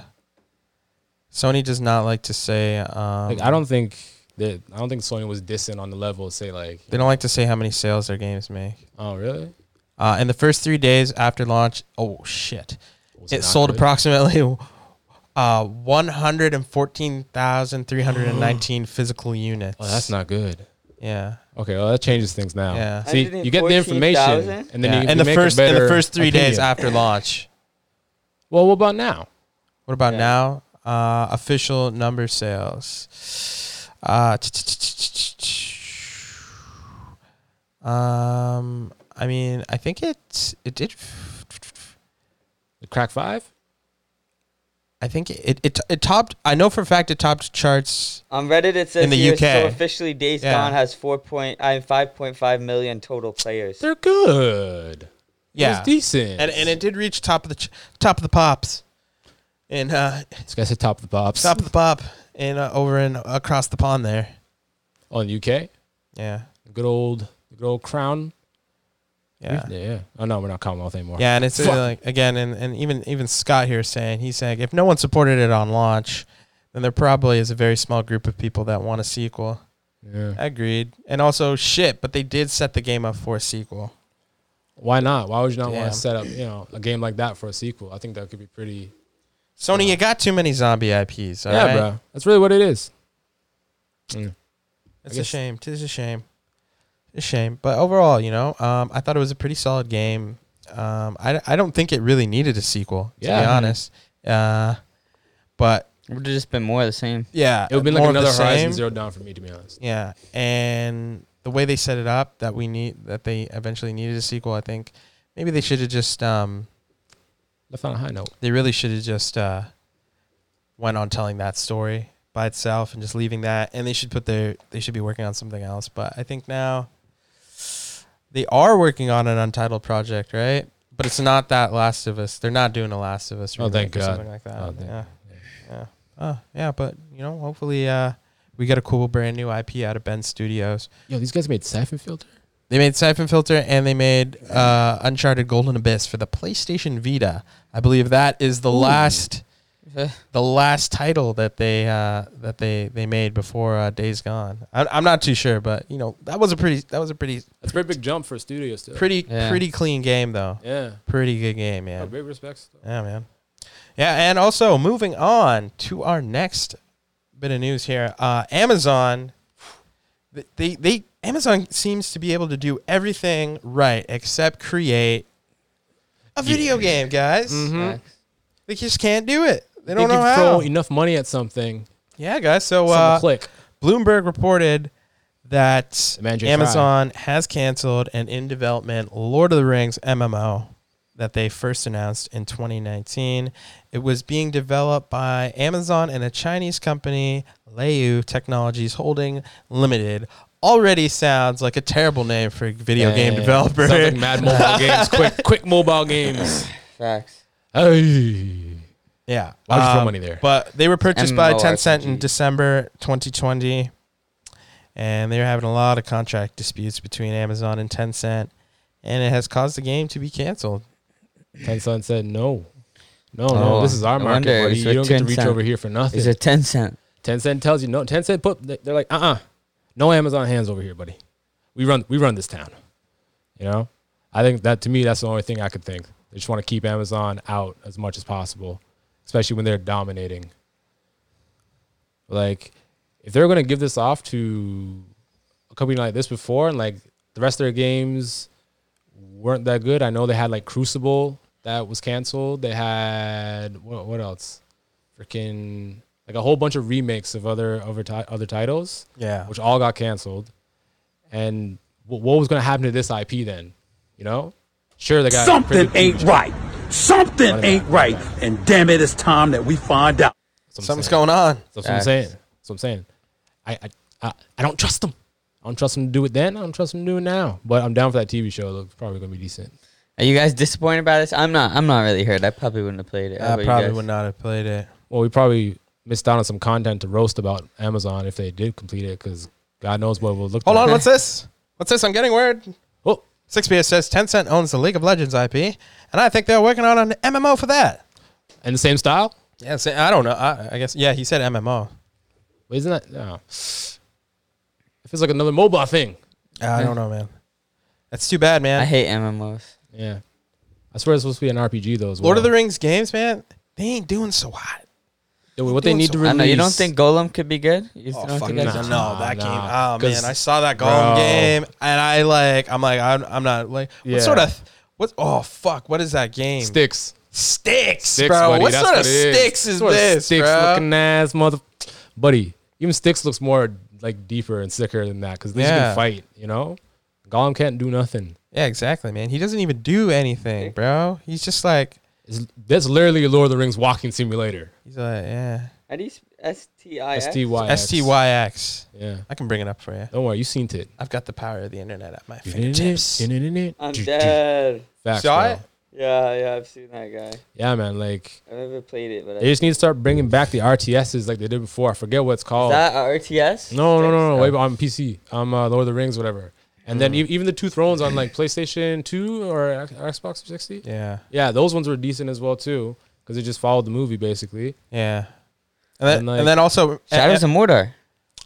A: Sony does not like to say. Um,
B: Like I don't think that I don't think Sony was dissing on the level. Say like,
A: They don't like to say how many sales their games make.
B: oh really?
A: Uh, in the first three days after launch, oh shit,
B: Was
A: it
B: not
A: sold
B: good?
A: approximately uh, 114,319 physical units.
B: Oh, that's not good.
A: Yeah.
B: Okay, well that changes things now.
A: Yeah.
B: See, you get the information,
C: 114,000?
B: and then
A: yeah.
B: you,
A: in
B: you
A: the
B: make
A: first
B: a
A: in the
B: better
A: first three days
B: opinion.
A: after launch.
B: Well, what about now?
A: What about
C: Yeah.
A: now? Uh, official number sales. Uh, um, I mean, I think it it did.
B: The crack five.
A: I think it it, it topped. I know for a fact it topped charts.
C: on Reddit, it says
A: In the here, so UK.
C: officially, Days
A: Yeah. Gone
C: has four point I five point five million total players.
B: They're good.
A: Yeah,
B: it's decent.
A: and and it did reach top of the ch- top of the pops, and uh,
B: this guy said top of the pops.
A: top of the pop, and uh, over and across the pond there.
B: on UK.
A: Yeah,
B: Good old, good old crown.
A: yeah,
B: yeah. Oh no, we're not Commonwealth anymore.
A: yeah. And it's uh,
B: Fuck.
A: like again, and, and even even Scott here is saying he's saying if no one supported it on launch, then there probably is a very small group of people that want a sequel.
B: Yeah.
A: Agreed. And also shit, but they did set the game up for a sequel.
B: Why not? Why would you not
A: Damn.
B: want to set up, you know, a game like that for a sequel? I think that could be pretty.
A: Sony, you got too many zombie IPs. all
B: yeah,
A: right?
B: bro. That's really what it is.
A: It's
B: I
A: a
B: guess-
A: shame. It is a shame. A shame. But overall, you know, um, I thought it was a pretty solid game. Um, I, I don't think it really needed a sequel, to
B: Yeah.
A: be
B: Mhm.
A: honest. Uh, but
C: It would have just been more of the same.
A: yeah,
B: It would be
A: more
B: like
A: of the
B: another Horizon
A: same.
B: Zero Dawn for me, to be honest.
A: Yeah, and the way they set it up that we need that they eventually needed a sequel. I think maybe they should have just um,
B: Left on a high note.
A: they really should have just uh, went on telling that story by itself and just leaving that and they should put their they should be working on something else but i think now they are working on an untitled project right but it's not that last of us they're not doing a last of us
B: Oh,
A: remake
B: thank
A: or
B: God.
A: something like that
B: Oh, thank
A: yeah yeah oh, yeah but you know hopefully uh we got a cool brand new ip out of ben studios
B: Yo, these guys made Siphon Filter?
A: they made Siphon Filter and they made uh, Uncharted Golden Abyss for the PlayStation Vita. I believe that is the last,
C: Eh.
A: the last title that they uh, that they they made before uh, Days Gone. I, I'm not too sure, but you know that was a pretty that was a pretty
B: That's a pretty big jump for a studio still.
A: pretty
C: Yeah.
A: pretty clean game though.
B: Yeah.
A: Pretty good game, yeah.
B: Oh, great respects. though.
A: Yeah, man. Yeah, and also moving on to our next bit of news here. Uh, Amazon, th- they they Amazon seems to be able to do everything right except create a video game, guys.
B: Hmm.
A: They just can't do it. They Mm-hmm. don't
B: Think
A: know
B: you throw
A: how.
B: enough money at something,
A: Yeah, guys. So
B: something
A: uh,
B: click.
A: Bloomberg reported that
B: The man Jay
A: Amazon has canceled an in development Lord of the Rings MMO that they first announced in 2019. It was being developed by Amazon and a Chinese company, Leiyu Technologies Holding Limited. Already sounds like a terrible name for a video game
B: Yeah.
A: developer.
B: Sounds like mad mobile games. Quick, quick mobile games.
C: Facts.
B: Hey.
A: Yeah. Um,
B: Why would you throw money there?
A: But they were purchased by Tencent in
C: MMORPG.
A: December 2020. And they were having a lot of contract disputes between Amazon and Tencent. And it has caused the game to be canceled.
B: Tencent said no. No,
C: Oh,
B: no, this is our
C: no
B: market,
C: wonder.
B: buddy.
C: It's
B: You don't
C: with
B: get to reach
C: Tencent.
B: over here for nothing.
C: Is it ten cent?
B: Tencent tells you no. Tencent put they're like, uh, uh no Amazon hands over here, buddy. We run, we run this town. You know, I think that to me, that's the only thing I could think. They just want to keep Amazon out as much as possible, especially when they're dominating. Like, if they're gonna give this off to a company like this before, and like the rest of their games weren't that good. I know they had like Crucible that was canceled. They had what, what else? freaking like a whole bunch of remakes of other other, ti- other titles,
A: Yeah.
B: which all got canceled. And wh- what was going to happen to this IP then? You know, sure they got
G: Something
B: pretty-
G: ain't right. Something
B: Money
G: ain't
B: back.
G: right. And damn it, it's time that we find out.
B: That's what I'm
A: Something's
B: saying.
A: going on.
B: That's what I'm
C: Facts.
B: saying. That's what I'm saying. I, I, I, I don't trust them. I don't trust them to do it then. I don't trust them to do it now. But I'm down for that TV show. though. It's probably gonna be decent.
C: Are you guys disappointed about this? I'm not. I'm not really hurt. I probably wouldn't have played it. How about
A: I
C: you
A: probably
C: guys?
A: would not have played it.
B: Well, we probably missed out on some content to roast about Amazon if they did complete it, because God knows what we'll look.
A: Hold
B: like.
A: on, what's this? What's this? I'm getting word.
B: Oh,
A: 6PS says Tencent owns the League of Legends IP, and I think they're working on an MMO for that.
B: and the same style?
A: Yeah, so- I don't know. I, I guess yeah, he said MMO.
B: Wait, isn't that? No. It feels like another mobile thing.
A: I don't know, man. That's too bad, man.
C: I hate MMOs.
B: Yeah. I swear it's supposed to be an RPG though. As well.
A: Lord of the Rings games, man. They ain't doing so hot.
B: Dude, what they
A: doing
B: need to
A: so-
B: release.
C: I know you don't think Golem could be good. You
A: Oh
C: don't
A: fuck
C: think
A: no,
B: that's-
C: that's-
A: no, that
B: Nah,
A: game.
B: nah.
A: Oh man,
B: 'Cause-
A: I saw that Golem
B: Bro.
A: game, and I like. I'm like, I'm, I'm not like.
B: Yeah.
A: What sort of? What? Oh fuck! What is that game?
B: sticks?
A: Sticks,
B: Sticks,
A: bro.
B: buddy.
A: what
B: that's
A: sort
B: what
A: of
B: it is.
A: sticks is
B: What sort of
A: this,
B: Sticks
A: bro?
B: looking ass mother, buddy. Even sticks looks more like deeper and sicker than that because these
A: Yeah.
B: can fight. You know, Gollum can't do nothing.
A: Yeah, exactly, man. He doesn't even do anything, bro. He's just like,
B: It's, that's literally Lord of the Rings walking simulator.
A: he's like, yeah.
C: How do you sp- S-T-I-S?
B: S T Y X.
A: S T Y X.
B: Yeah.
A: I can bring it up for you.
B: Don't worry, you seen it.
A: I've got the power of the internet at my fingertips.
B: I'm
C: dead.
B: Facts,
A: Saw
B: bro.
A: it?
C: Yeah, yeah, I've seen that guy.
B: Yeah, man. Like
C: I've never played it, but
B: they just need to start bringing back the RTSs like they did before. I forget what it's called.
C: that RTS?
B: No, no, no, no.
C: Oh.
B: Wait, on PC, on uh, Lord of the Rings, whatever. And then e- even the Two Thrones on like PlayStation Two or X- Xbox 360. Yeah.
A: Yeah,
B: those ones were decent as well too, because they just followed the movie basically.
A: yeah. And then,
B: And,
A: and,
B: like-
A: then also
C: Shadows
A: eh,
C: of Mordor.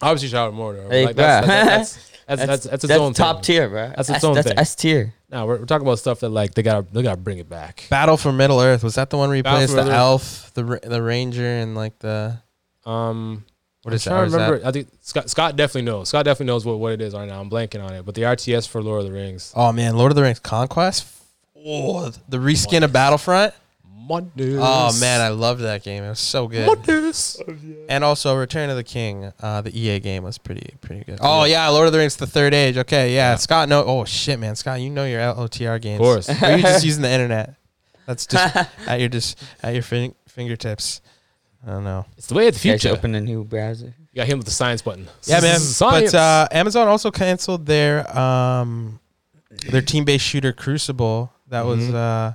B: Obviously, Shadow of Mordor.
C: Hey,
B: Like, that's,
C: bruh.
B: that's, that's, that's, that's, that's its own
C: top
B: thing.
C: tier, bro.
B: That's its own
C: that's
B: thing.
C: S tier.
B: Now we're, we're talking about stuff that like they gotta they gotta bring it back.
A: Battle for Middle Earth was that the one where you
B: Battle
A: plays
B: for
A: the
B: Middle Earth.
A: elf, the ra- the ranger, and like the
B: Um,
A: what
B: I'm
A: is that?
B: trying to
A: Or is that-
B: remember. I think Scott Scott definitely knows. Scott definitely knows what, what it is right now. I'm blanking on it, but the RTS for Lord of the Rings.
A: Oh man, Lord of the Rings Conquest. Oh, the reskin of Battlefront.
B: Mondays.
A: Oh man, I loved that game. It was so good.
B: Mondays.
A: And also Return of the King, uh, the EA game was pretty pretty good. Oh yeah, Lord of the Rings: The Third Age. Okay, yeah, Scott. No, oh shit, man, Scott, you know your LOTR games.
B: Of course.
A: Or you just using the internet. That's just at your just at your fin- fingertips. I don't know.
B: It's the way of the
C: You guys
B: future.
C: open a new browser.
B: You got him with the science button.
A: Yeah, man.
B: Science.
A: But uh, Amazon also canceled their um their team based shooter Crucible that
B: Mm-hmm.
A: was uh,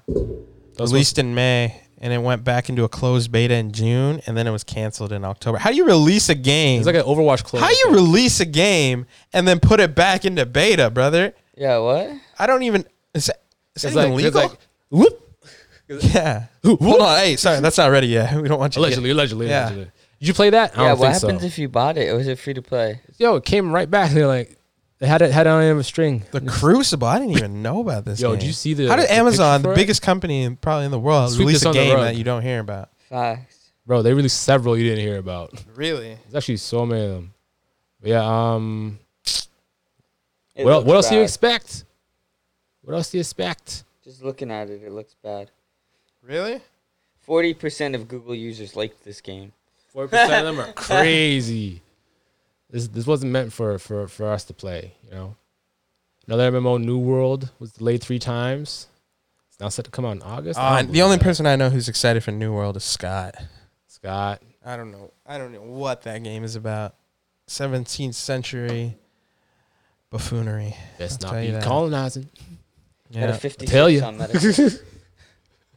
B: Those
A: released in May. And it went back into a closed beta in June, and then it was canceled in October. How do you release a game?
B: It's like an Overwatch clone.
A: How you release a game and then put it back into beta, brother?
C: Yeah, what?
A: I don't even. Is that, is that
B: It's
A: even
B: like, it's
A: legal?
B: like whoop,
A: yeah.
B: whoop,
A: Hold on. Hey, sorry, that's not ready yet. We don't want you. to get-
B: Allegedly, allegedly,
A: Yeah.
B: allegedly. Did you play that? I
C: yeah,
B: don't
C: what
B: think
C: happens
B: so.
C: if you bought it? Or was it free to play?
B: Yo, it came right back. They're like, they had it had it on him a string.
A: the Crucible. I didn't even know about this.
B: Yo,
A: game.
B: did you see the-
A: How did
B: the picture
A: Amazon, the
B: for it?
A: biggest company in, probably in the world,
B: Sweep
A: release
B: this
A: a
B: under the
A: game
B: rug.
A: that you don't hear about?
C: Facts.
B: Bro, they released several you didn't hear about.
A: Really?
B: There's actually so many of them. But yeah. Um. What, el- what else do you expect? What else do you expect?
C: Just looking at it, it looks bad.
A: Really?
C: Forty percent of Google users liked this game.
B: Forty percent of them are crazy. This this wasn't meant for for for us to play. You know. Another MMO, New World, was delayed three times. It's now set to come out in August. I don't
A: Um, the only
B: believe that.
A: person I know who's excited for New World is Scott.
B: Scott.
A: I don't know. I don't know what that game is about. 17th century buffoonery.
B: Best
A: I'll
B: not
A: tell
B: be
A: you that.
B: colonizing.
C: Got a
A: Yeah.
C: 56
B: tell ya.
C: on Metacritic.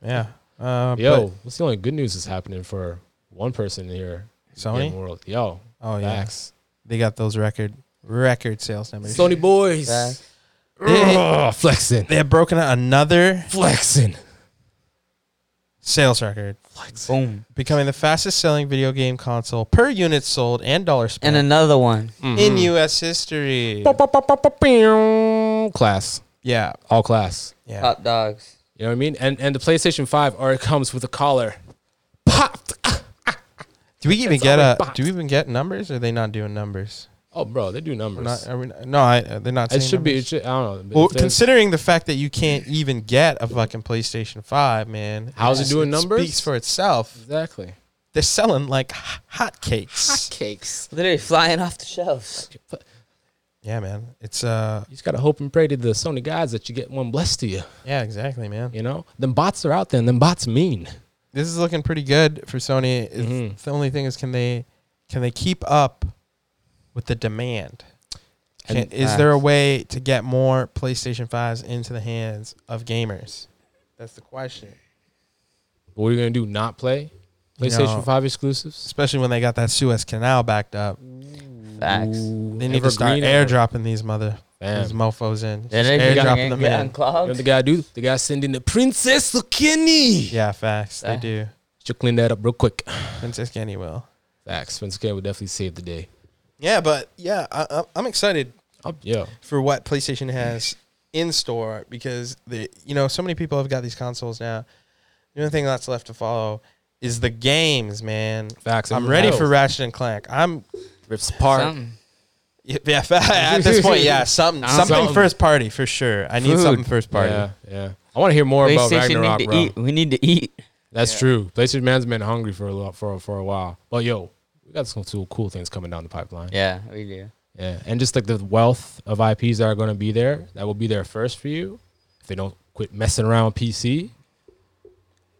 A: Yeah. Uh,
B: Yo,
A: but
B: what's the only good news that's happening for one person here? in the
A: Sony?
B: gaming world. Yo,
A: Oh yeah.
B: facts.
A: They got those record record sales numbers.
B: Sony boys.
C: Facts.
B: Ugh, flexing.
A: They have broken out another
B: Flexing.
A: sales record,
C: Boom.
A: becoming the fastest selling video game console per unit sold and dollar
C: And
A: spent
C: another one.
B: Mm-hmm.
A: in U.S. history.
B: Class.
A: Yeah,
B: All class.
A: yeah.
C: Hot dogs.
B: You know what I mean? And and the PlayStation 5 already comes with a collar. Popped.
A: Do we even
B: it's
A: get a?
B: already bought.
A: Do we even get numbers? Or are they not doing numbers?
B: Oh, bro, they do numbers.
A: Not, are we, no, I, uh, they're not.
B: it
A: saying
B: should be. It
A: numbers?
B: should, I don't know.
A: Well,
B: If there's-
A: considering the fact that you can't even get a fucking PlayStation Five, man,
B: How's it
A: just-
B: doing numbers?
A: Speaks for itself.
B: exactly.
A: They're selling like h- hotcakes.
B: Cakes.
C: Literally flying off the shelves.
A: Yeah, man. It's uh,
B: You just gotta hope and pray to the Sony guys that you get one blessed to you.
A: yeah, exactly, man.
B: You know, them bots are out there, and them bots mean.
A: This is looking pretty good for Sony. It's- The only thing is, can they can they keep up with the demand? Can,
B: And-
A: is there a way to get more PlayStation Fives into the hands of gamers? That's the question.
B: What are you gonna do? Not play PlayStation
A: No.
B: Five exclusives?
A: Especially when they got that Suez Canal backed up.
C: Facts.
A: They need to start airdropping these mother
B: Bam.
A: these mofos in.
C: They're
A: Just airdropping them in.
B: You know what they gotta do? They gotta send in the Princess Kenny. Yeah.
A: Yeah, facts. They
C: Ah.
A: do.
B: Should clean that up real quick.
A: Princess Kenny will.
B: Facts. Princess Kenny would definitely save the day.
A: Yeah, but yeah, I, I, I'm excited
B: Oh, yeah.
A: for what PlayStation has in store because the you know so many people have got these consoles now. The only thing that's left to follow is the games, man.
B: Facts.
A: I'm ready for
B: Battles.
A: Ratchet and Clank. I'm
B: Rips apart.
A: yeah, fa- at this point, yeah, something
C: Something.
A: something first party for sure. I need
C: Food.
A: something first party.
B: Yeah, yeah. I want to hear more about
C: PlayStation
B: Ragnarok,
C: need to
B: bro.
C: eat. We need to eat.
B: That's true. PlayStation Man's been hungry for a lo- for for a while. But yo, we got some two cool things coming down the pipeline.
C: Yeah, we do.
B: Yeah, and just like the wealth of IPs that are going to be there, that will be there first for you. If they don't quit messing around with PC,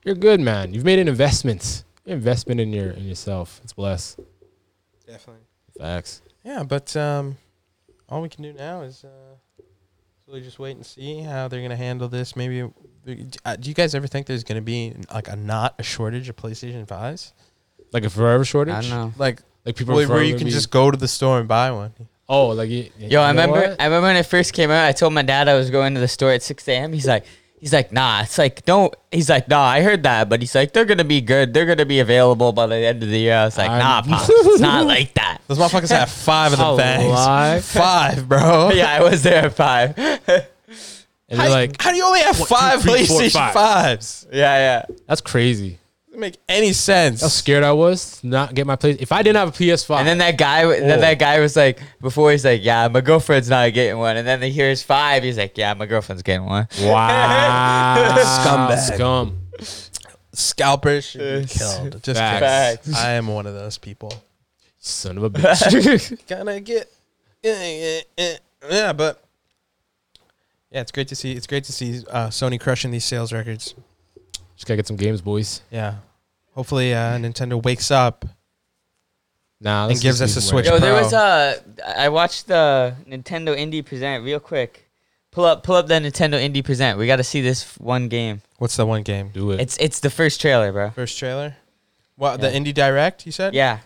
B: you're good, man. You've made an investment, investment in your in yourself. It's blessed.
A: Definitely.
B: Facts.
A: Yeah, but um, all we can do now is uh, really just wait and see how they're gonna handle this. Maybe uh, do you guys ever think there's gonna be like a not a shortage of PlayStation Fives?
B: Like a forever
C: I
B: shortage.
C: don't know.
A: Like
B: Like people
A: where,
B: forever
A: where you can
B: be-
A: just go to the store and buy one.
B: oh like y- you
C: Yo, I
B: know
C: remember.
B: what?
C: I remember when it first came out. I told my dad I was going to the store at 6 a.m. He's like, he's like, nah. It's like, don't. He's like, nah. I heard that, but he's like, they're gonna be good. They're gonna be available by the end of the year. I was like,
B: I'm-
C: nah, pops, it's not like that.
A: Those motherfuckers have five of them
B: A
A: things.
B: lie.
A: Five, bro.
C: yeah, I was there at five. yeah,
B: and
A: How,
B: they're like
A: how do you only have
B: one, two,
A: five
B: three, four,
A: PlayStation
B: five.
A: Fives?
C: yeah.
B: that's crazy.
A: Doesn't make any sense.
B: How scared I was to not get my play. If I didn't have a PS5,
C: And then that guy, then
B: Oh.
C: that guy was like, before he's like, yeah, my girlfriend's not getting one. And then he hears five. He's like, yeah, my girlfriend's getting one.
B: wow,
A: Scumbag.
B: scum.
A: Scalpers should be killed. Just
B: Facts.
A: kidding. I am one of those people.
B: son of a bitch.
A: gonna get yeah but yeah it's great to see it's great to see uh, sony crushing these sales records
B: just gotta get some games, boys.
A: yeah hopefully uh, nintendo wakes up
B: Nah,
A: And gives us a Switch
C: Yo, there
A: Pro.
C: was a. I watched the Nintendo Indie Present real quick. Pull up, pull up the Nintendo Indie Present. We got to see this f- one game.
A: what's the one game
B: Do it.
C: It's it's the first trailer, bro.
A: first trailer what
C: Yeah.
A: the indie direct you said
C: Yeah,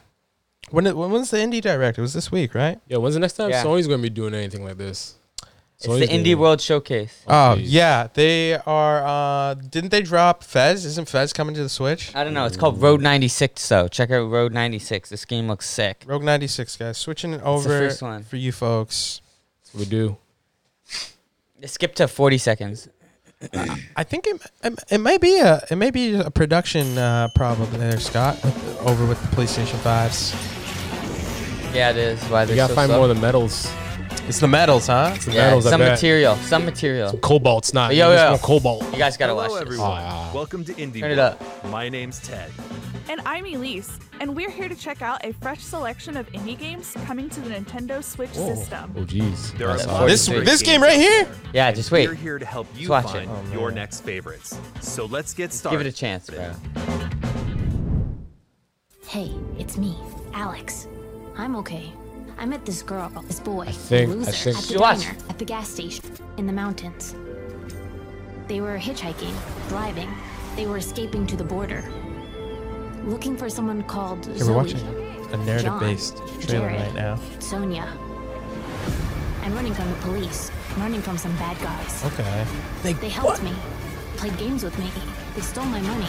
A: when, it, when was the indie direct it was this week right
B: Yo, when's the next time
C: Yeah.
B: Sony's gonna be doing anything like this?
C: it's the Indie World Showcase.
A: oh
B: geez.
A: yeah they are uh didn't they drop fez isn't fez coming to the switch
C: I don't know. It's called Road 96, though. Check out Road 96. This game looks sick.
A: rogue 96 guys switching it over
C: first one.
A: for you folks
B: We do.
C: Skip to 40 seconds.
A: I think it, it, it might be a it may be a production uh, problem there, Scott, with- over with the PlayStation Fives.
C: Yeah, it is. Why
B: We
C: they
B: gotta
C: so
B: find
C: slow.
B: more of the metals.
A: It's the medals, huh?
B: The
C: yeah,
B: metals, I
C: some
B: bet.
C: material. Some material.
B: Cobalt's not.
C: Yo,
B: Yo,
C: yo.
B: yo. Cobalt.
C: You guys gotta watch
H: Hello,
C: this.
H: everyone.
B: Ah.
H: Welcome to Indie
C: Turn it
H: World.
C: up.
H: My name's Ted.
I: And I'm Elise, and we're here to check out a fresh selection of indie games coming to the Nintendo Switch
B: Oh
I: system.
B: jeez.
H: There are
C: That's
H: lots
C: hard.
H: of
A: This
H: great
A: this game
H: games
A: right
H: out
A: here.
H: there.
C: Yeah, just wait.
H: We're here to help you
C: watch it.
H: find
C: Oh,
H: your next favorites. So let's get started.
C: Give it a chance, bro.
D: Hey, it's me, Alex. I'm okay. I met this girl, this boy, I
B: think- I
D: loser,
B: think-
D: at the
C: She was.
D: diner, at the gas station, in the mountains. They were hitchhiking, driving. They were escaping to the border, looking for someone called
A: Yeah,
D: Zoe,
A: we're watching a narrative-based trailer
D: Jared.
A: right now.
D: Sonia. I'm running from the police, running from some bad guys.
A: Okay.
D: They helped me, played games with me, they stole my money.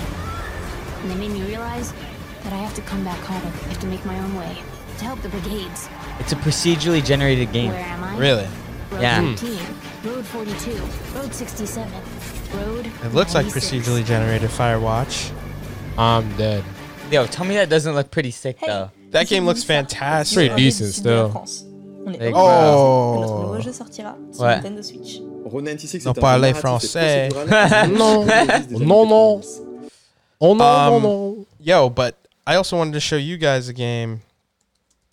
D: And they made me realize that I have to come back home. I have to make my own way to help the brigades.
C: It's a procedurally generated game.
D: Where am I?
A: Really?
D: Road
C: Yeah.
D: 15, Road 42, Road 67, Road.
A: It looks like
D: 96.
A: procedurally generated Firewatch.
B: I'm dead.
C: Yo, tell me that doesn't look pretty sick though.
A: That game looks
B: Pretty
A: fantastic.
B: decent still.
C: Like,
A: Oh.
C: Ouais.
A: No parle français.
B: No, no, no. Oh no,
A: Um,
B: no, no.
A: Yo, but I also wanted to show you guys a game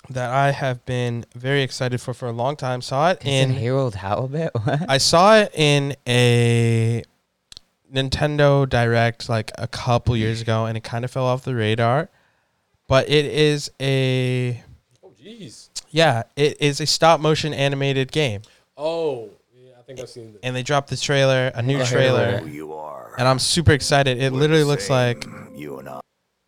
A: that I have been very excited for for a long time. Saw it
C: In
A: in
C: Harold Halibut? What?
A: I saw it in a Nintendo Direct like a couple years ago, and it kind of fell off the radar. But it is a
B: Oh jeez.
A: yeah, it is a stop motion animated game,
B: Oh, yeah, I think I've seen it.
A: and they dropped the trailer, a
B: Oh,
A: new trailer,
E: You are.
A: and I'm super excited. It literally looks like
E: You and I.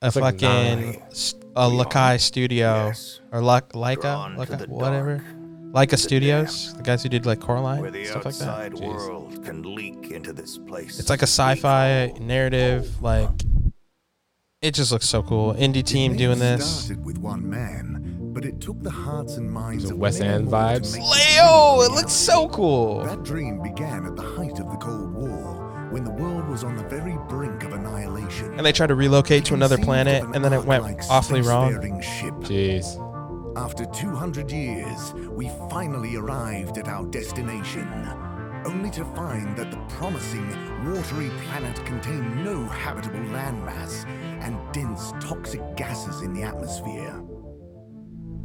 A: a
B: It's like
A: fucking st- a Lakai Studio
E: Yes.
A: or La- Laika,
E: Drawn to
A: Laika
E: the
A: whatever,
E: dark,
A: Laika Studios, the guys who did like
E: Where
A: Coraline
E: the
A: stuff like that.
E: outside world can leak into this place.
A: It's like a sci-fi narrative. Like it just looks so cool. Indie team doing this.
J: Started with one man, but it took the hearts and minds
B: Some
J: of
B: Wes
J: many
B: End
J: more to
B: vibes.
J: make
A: Leo, it looks so cool.
J: That dream began at the height of the Cold War, when the world was on the very brink of annihilation.
A: And they tried to relocate to another planet, and then it went awfully wrong.
J: Ship.
B: Jeez.
J: After 200 years, we finally arrived at our destination, only to find that the promising, watery planet contained no habitable landmass and dense toxic gases in the atmosphere.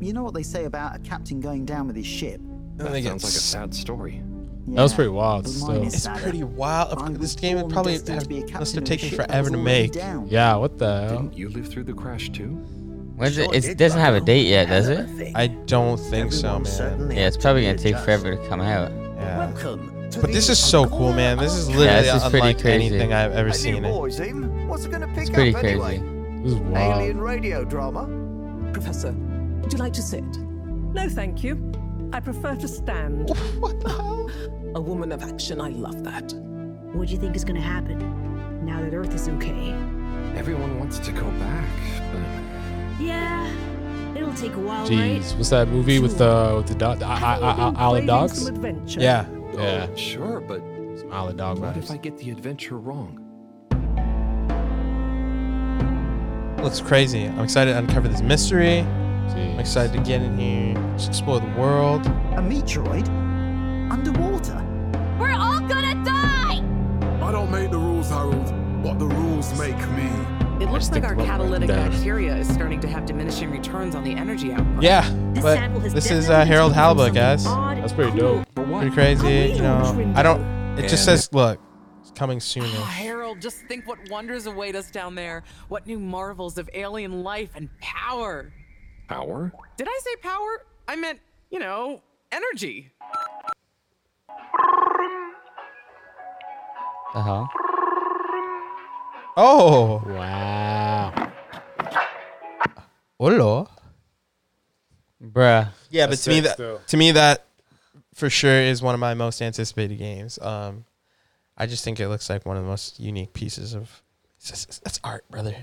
K: You know what they say about a captain going down with his ship?
A: And they get s-
E: story.
K: Yeah,
B: That was pretty wild.
K: but
B: So.
K: mine is
A: it's
K: sadder.
A: pretty wild. Of
K: I
A: course,
K: was
A: This game would
K: born
A: probably
K: destined to
A: have,
K: be a
A: must
K: captain
A: have
K: of a
A: taken
K: ship that
A: forever
K: was
A: to
K: already
A: make.
K: down.
B: Yeah. What the hell?
E: You lived through the crash too?
C: When's it, it's- it doesn't have a date yet, does it?
A: I don't think so, man.
C: Yeah, it's probably gonna take forever to come out.
A: Yeah.
K: Welcome to
A: But this
K: the
A: is so cool, man. This is literally
C: this is pretty
A: unlike
C: crazy.
A: anything I've ever seen. It.
J: What's it going to pick
C: It's pretty crazy.
B: This is
A: uh,
B: wild.
J: Alien radio drama?
K: Professor, would you like to sit?
I: No, thank you. I prefer to stand.
K: A woman of action, I love that.
D: What do you think is gonna happen now that Earth is okay?
E: Everyone wants to go back,
D: Yeah, it'll take a while,
B: Jeez. What's that movie with the with the dog? The, I, I, I, Isle of Dogs.
I: adventure.
A: Yeah.
B: Yeah.
E: sure, but
B: Some Isle of Dog vibes.
E: get the adventure wrong?
A: Looks crazy. I'm excited to uncover this mystery. I'm
B: Jeez.
A: excited to get in here, just explore the world.
K: A meteoroid? Underwater?
D: We're all gonna die!
J: I don't make the rules, Harold, but the rules make me.
K: It
B: looks like our catalytic
K: bacteria is starting to have diminishing returns on the energy output.
A: Yeah,
D: This sample
A: but
D: has
A: this is uh,
D: definitely
A: Harold
D: taken
A: Halibut,
D: something
A: guys.
D: odd,
B: That's pretty
D: cool.
B: dope.
E: For
A: Pretty
E: what?
A: crazy, you know. I don't. It just
E: And-
A: says, look, it's coming sooner.
K: Harold, just think what wonders await us down there. What new marvels of alien life and power.
E: Power?
K: Did I say power? I meant, you know, energy.
C: The hell?
A: Oh,
B: Wow.
A: hello.
C: Bruh.
A: Yeah, but
B: That's
A: to me
B: sick
A: that
B: still.
A: to me that for sure is one of my most anticipated games. Um, I just think it looks like one of the most unique pieces of. it's just- That's art, brother.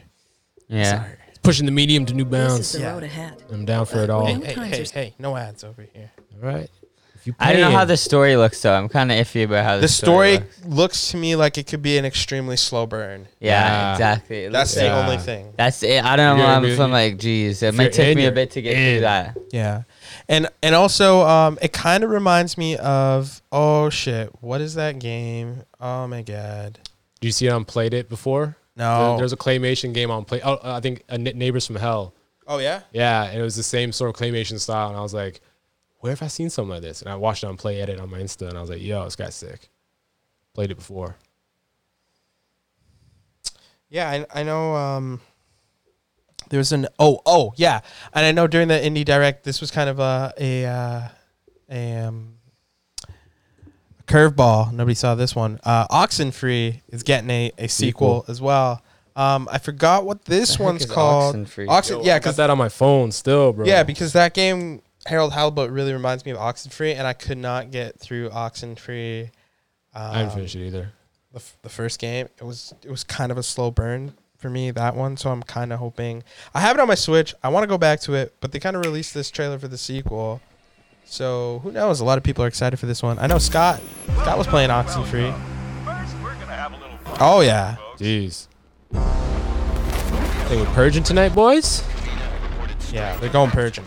A: That's
C: Yeah.
A: art.
B: It's pushing the medium to new bounds.
A: Yeah.
D: ahead.
B: I'm down for it all.
A: Hey,
B: All
A: hey, hey, hey, no ads over here.
B: right. If you
C: I don't know how
B: paying-
C: the story looks though. I'm kind of iffy about how the,
A: The story
C: looks.
A: looks to me like it could be an extremely slow burn.
C: Yeah,
B: Yeah.
C: exactly. It
A: That's
C: looks-
A: the
B: Yeah.
A: only thing.
C: that's it. I don't know.
B: You're
C: I'm,
B: really-
C: I'm like, geez, it
B: If
C: might
B: you're
C: take
B: in,
C: me a
B: you're
C: bit to get through
B: in.
C: that.
A: Yeah, and and also um, it kind of reminds me of oh shit, what is that game? Oh my god,
B: Do you see on played it before?
A: no.
B: There, there's a claymation game on play. Oh, I think uh, N- Neighbors from Hell.
A: oh yeah,
B: Yeah, and it was the same sort of claymation style, and I was like, where have I seen something like this? And I watched it on play edit on my Insta, and I was like, yo, this guy's sick. Played it before.
A: yeah. I I know. Um, there's an oh oh yeah, and I know during the indie direct, this was kind of a a uh, a um, a curveball. Nobody saw this one. Uh, Oxenfree is getting a, a sequel as well. Um, I forgot what this
C: heck
A: one's
C: is
A: called.
C: Oxenfree?
A: Oxen,
B: Yo,
A: yeah,
B: I got
A: because
B: that on my phone still, bro.
A: Yeah, because that game Harold Halibut really reminds me of Oxenfree, and I could not get through Oxenfree.
B: I haven't finished it either.
A: The, f- the first game, it was it was kind of a slow burn for me that one. So I'm kind of hoping I have it on my Switch. I want to go back to it, but they kind of released this trailer for the sequel. So who knows? A lot of people are excited for this one. I know Scott. Scott was playing Oxenfree.
F: First, we're gonna have a little fun.
A: Oh yeah,
B: Jeez. Hey, we're purging tonight, boys?
A: yeah. They're going purging.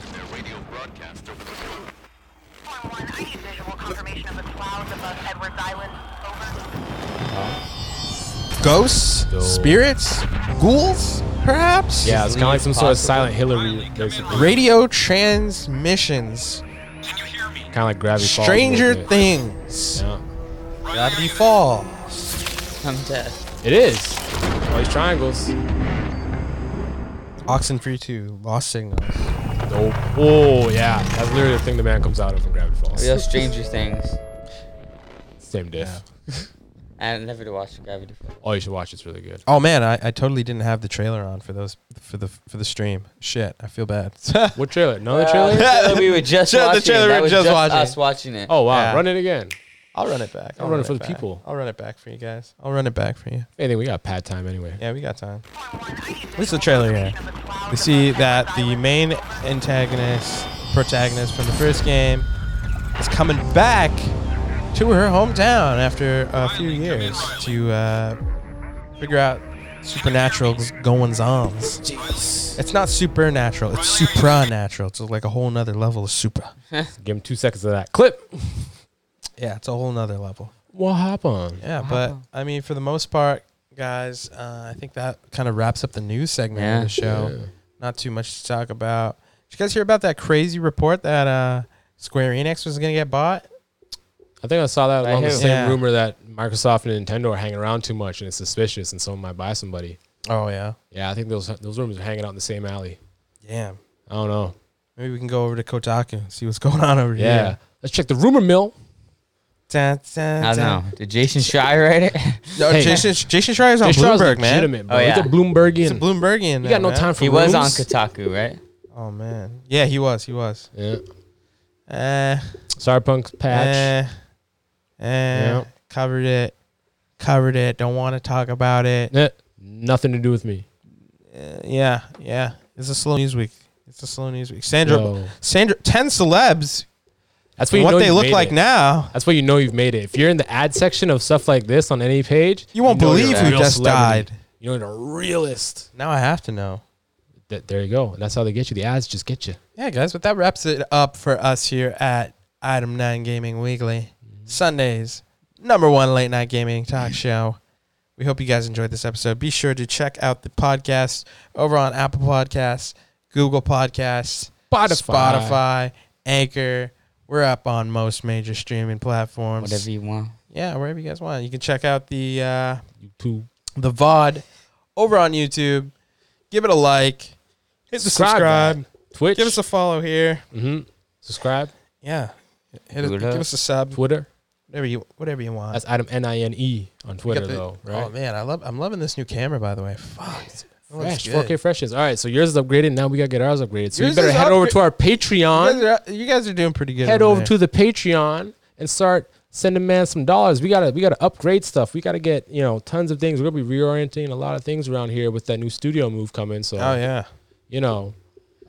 A: Ghosts,
B: Yo.
A: spirits, ghouls. perhaps?
B: Yeah, it's kind of like some sort of silent Hillary, basically.
A: Radio transmissions.
B: Kind of like Gravity Falls. a little
A: Stranger
B: bit.
A: Things.
B: Yeah.
A: Gravity Falls.
C: I'm dead.
B: It is. All these triangles.
A: Oxenfree 2. Lost Signals.
B: Dope. Oh, yeah. That's literally the thing the man comes out of from Gravity Falls.
C: Real Stranger Things.
B: Same diff.
C: I never watched Gravity Falls.
B: Oh, you should watch. It's really good.
A: Oh man, I, I totally didn't have the trailer on for those for the for the stream. Shit, I feel bad.
B: What trailer? Another trailer?
C: Uh, we were just
A: Shut the
C: watching
A: trailer,
C: it. That
A: we're
C: was
A: just
C: just
A: watching
C: us
A: it.
C: watching it.
B: Oh, wow.
A: Yeah.
B: Run it again.
A: I'll run it back.
B: I'll run it for the
A: back.
B: people.
A: I'll run it back for you guys. I'll run it back for you.
B: Anything, we got pad time anyway.
A: Yeah, we got time. What's the trailer here? We see that the main antagonist, protagonist from the first game, is coming back to her hometown after a few years to uh, figure out supernatural goings ons. It's not supernatural, it's supranatural. It's like a whole nother level of supra.
B: Give him two seconds of that clip.
A: Yeah, it's a whole nother level.
B: What happened?
A: Yeah, but I mean, for the most part, guys, uh, I think that kind of wraps up the news segment
C: Yeah.
A: of the show. Not too much to talk about. Did you guys hear about that crazy report that uh, Square Enix was going to get bought?
B: I think I saw that
C: By
B: along the
C: who?
B: same
A: Yeah.
B: rumor that Microsoft and Nintendo are hanging around too much and it's suspicious and someone might buy somebody.
A: Oh yeah,
B: Yeah, I think those those rumors are hanging out in the same alley.
A: damn.
B: I don't know.
A: Maybe we can go over to Kotaku and see what's going on over
B: Yeah.
A: here.
B: Let's check the rumor mill.
A: Dun, dun,
C: I don't
A: dun.
C: know. Did Jason Schreier write it?
A: No,
B: Hey.
A: Jason Jason Schreier's on
B: Jay Schreier's
A: Bloomberg, man.
B: legitimate, Bro.
C: Oh,
B: He's
C: yeah.
B: a Bloombergian.
A: He's a Bloombergian.
B: you got no
A: now, man.
B: time for
C: He was on
B: rumors.
C: Kotaku, right?
A: Oh man, yeah, he was. He was.
B: Yeah.
A: Eh,
B: Cyberpunk
A: eh,
B: patch.
A: eh.
B: Yep.
A: Covered it. Covered it. Don't want to talk about it.
B: Eh, nothing to do with me.
A: Yeah, yeah. It's a slow news week. It's a slow news week. Sandra,
B: No.
A: Sandra, ten celebs.
B: That's what,
A: What,
B: you know
A: they
B: you've
A: look
B: made
A: like
B: it.
A: now.
B: That's what you know you've made it. If you're in the ad section of stuff like this on any page,
A: You won't
B: know you're
A: believe
B: a
A: who
B: real
A: just
B: celebrity.
A: died.
B: You know you're a realist.
A: Now I have to know.
B: Th- there you go. And that's how they get you. The ads just get you.
A: Yeah, guys, but that wraps it up for us here at Item Nine Gaming Weekly. Sundays, number one late night gaming talk show. We hope you guys enjoyed this episode. Be sure to check out the podcast over on Apple Podcasts, Google Podcasts,
B: Spotify.
A: Spotify, Anchor. We're up on most major streaming platforms.
C: Whatever you want.
A: yeah, wherever you guys want. You can check out the uh,
B: YouTube.
A: the VOD over on YouTube. Give it a like. Hit the subscribe.
B: man. Twitch.
A: Give us a follow here.
B: Mhm. subscribe.
A: Yeah. Hit it,
C: Good
A: give
C: up.
A: us a sub.
B: Twitter.
A: Whatever you whatever you want.
B: That's item N I N E on
A: We got
B: Twitter
A: the-
B: though.
A: Oh
B: Right. Oh,
A: man, I love I'm loving this new camera by the way. Fuck. It looks
B: Fresh,
A: Oh, good.
B: 4K freshness. All right, so yours is upgraded. Now we gotta get ours upgraded. So
A: Yours
B: you better
A: is
B: head over
A: upgra-
B: to our
A: You
B: Patreon.
A: guys, are, you guys are doing pretty good.
B: head over to the Patreon and start sending man some dollars. We gotta we gotta upgrade stuff. We gotta get you know tons of things. We're gonna be reorienting a lot of things around here with that new studio move coming. So
A: Oh yeah.
B: you know,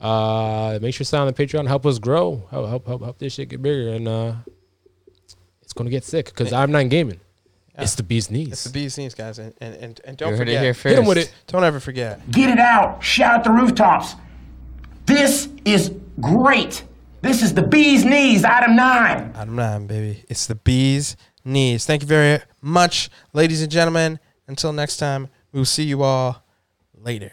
B: uh, make sure to sign on the Patreon. Help us grow. Help help help, help this shit get bigger. And uh, it's gonna get sick because I'm not gaming. It's the bee's knees.
A: It's the bee's knees, guys, and and, and, and
C: You
A: don't
C: heard it
A: forget.
C: here first.
B: Hit him with it.
A: Don't ever forget.
G: Get it out. Shout the rooftops. This is great. This is the bee's knees, item nine.
A: Adam Nine, baby. It's the bee's knees. Thank you very much, ladies and gentlemen. Until next time, we will see you all later.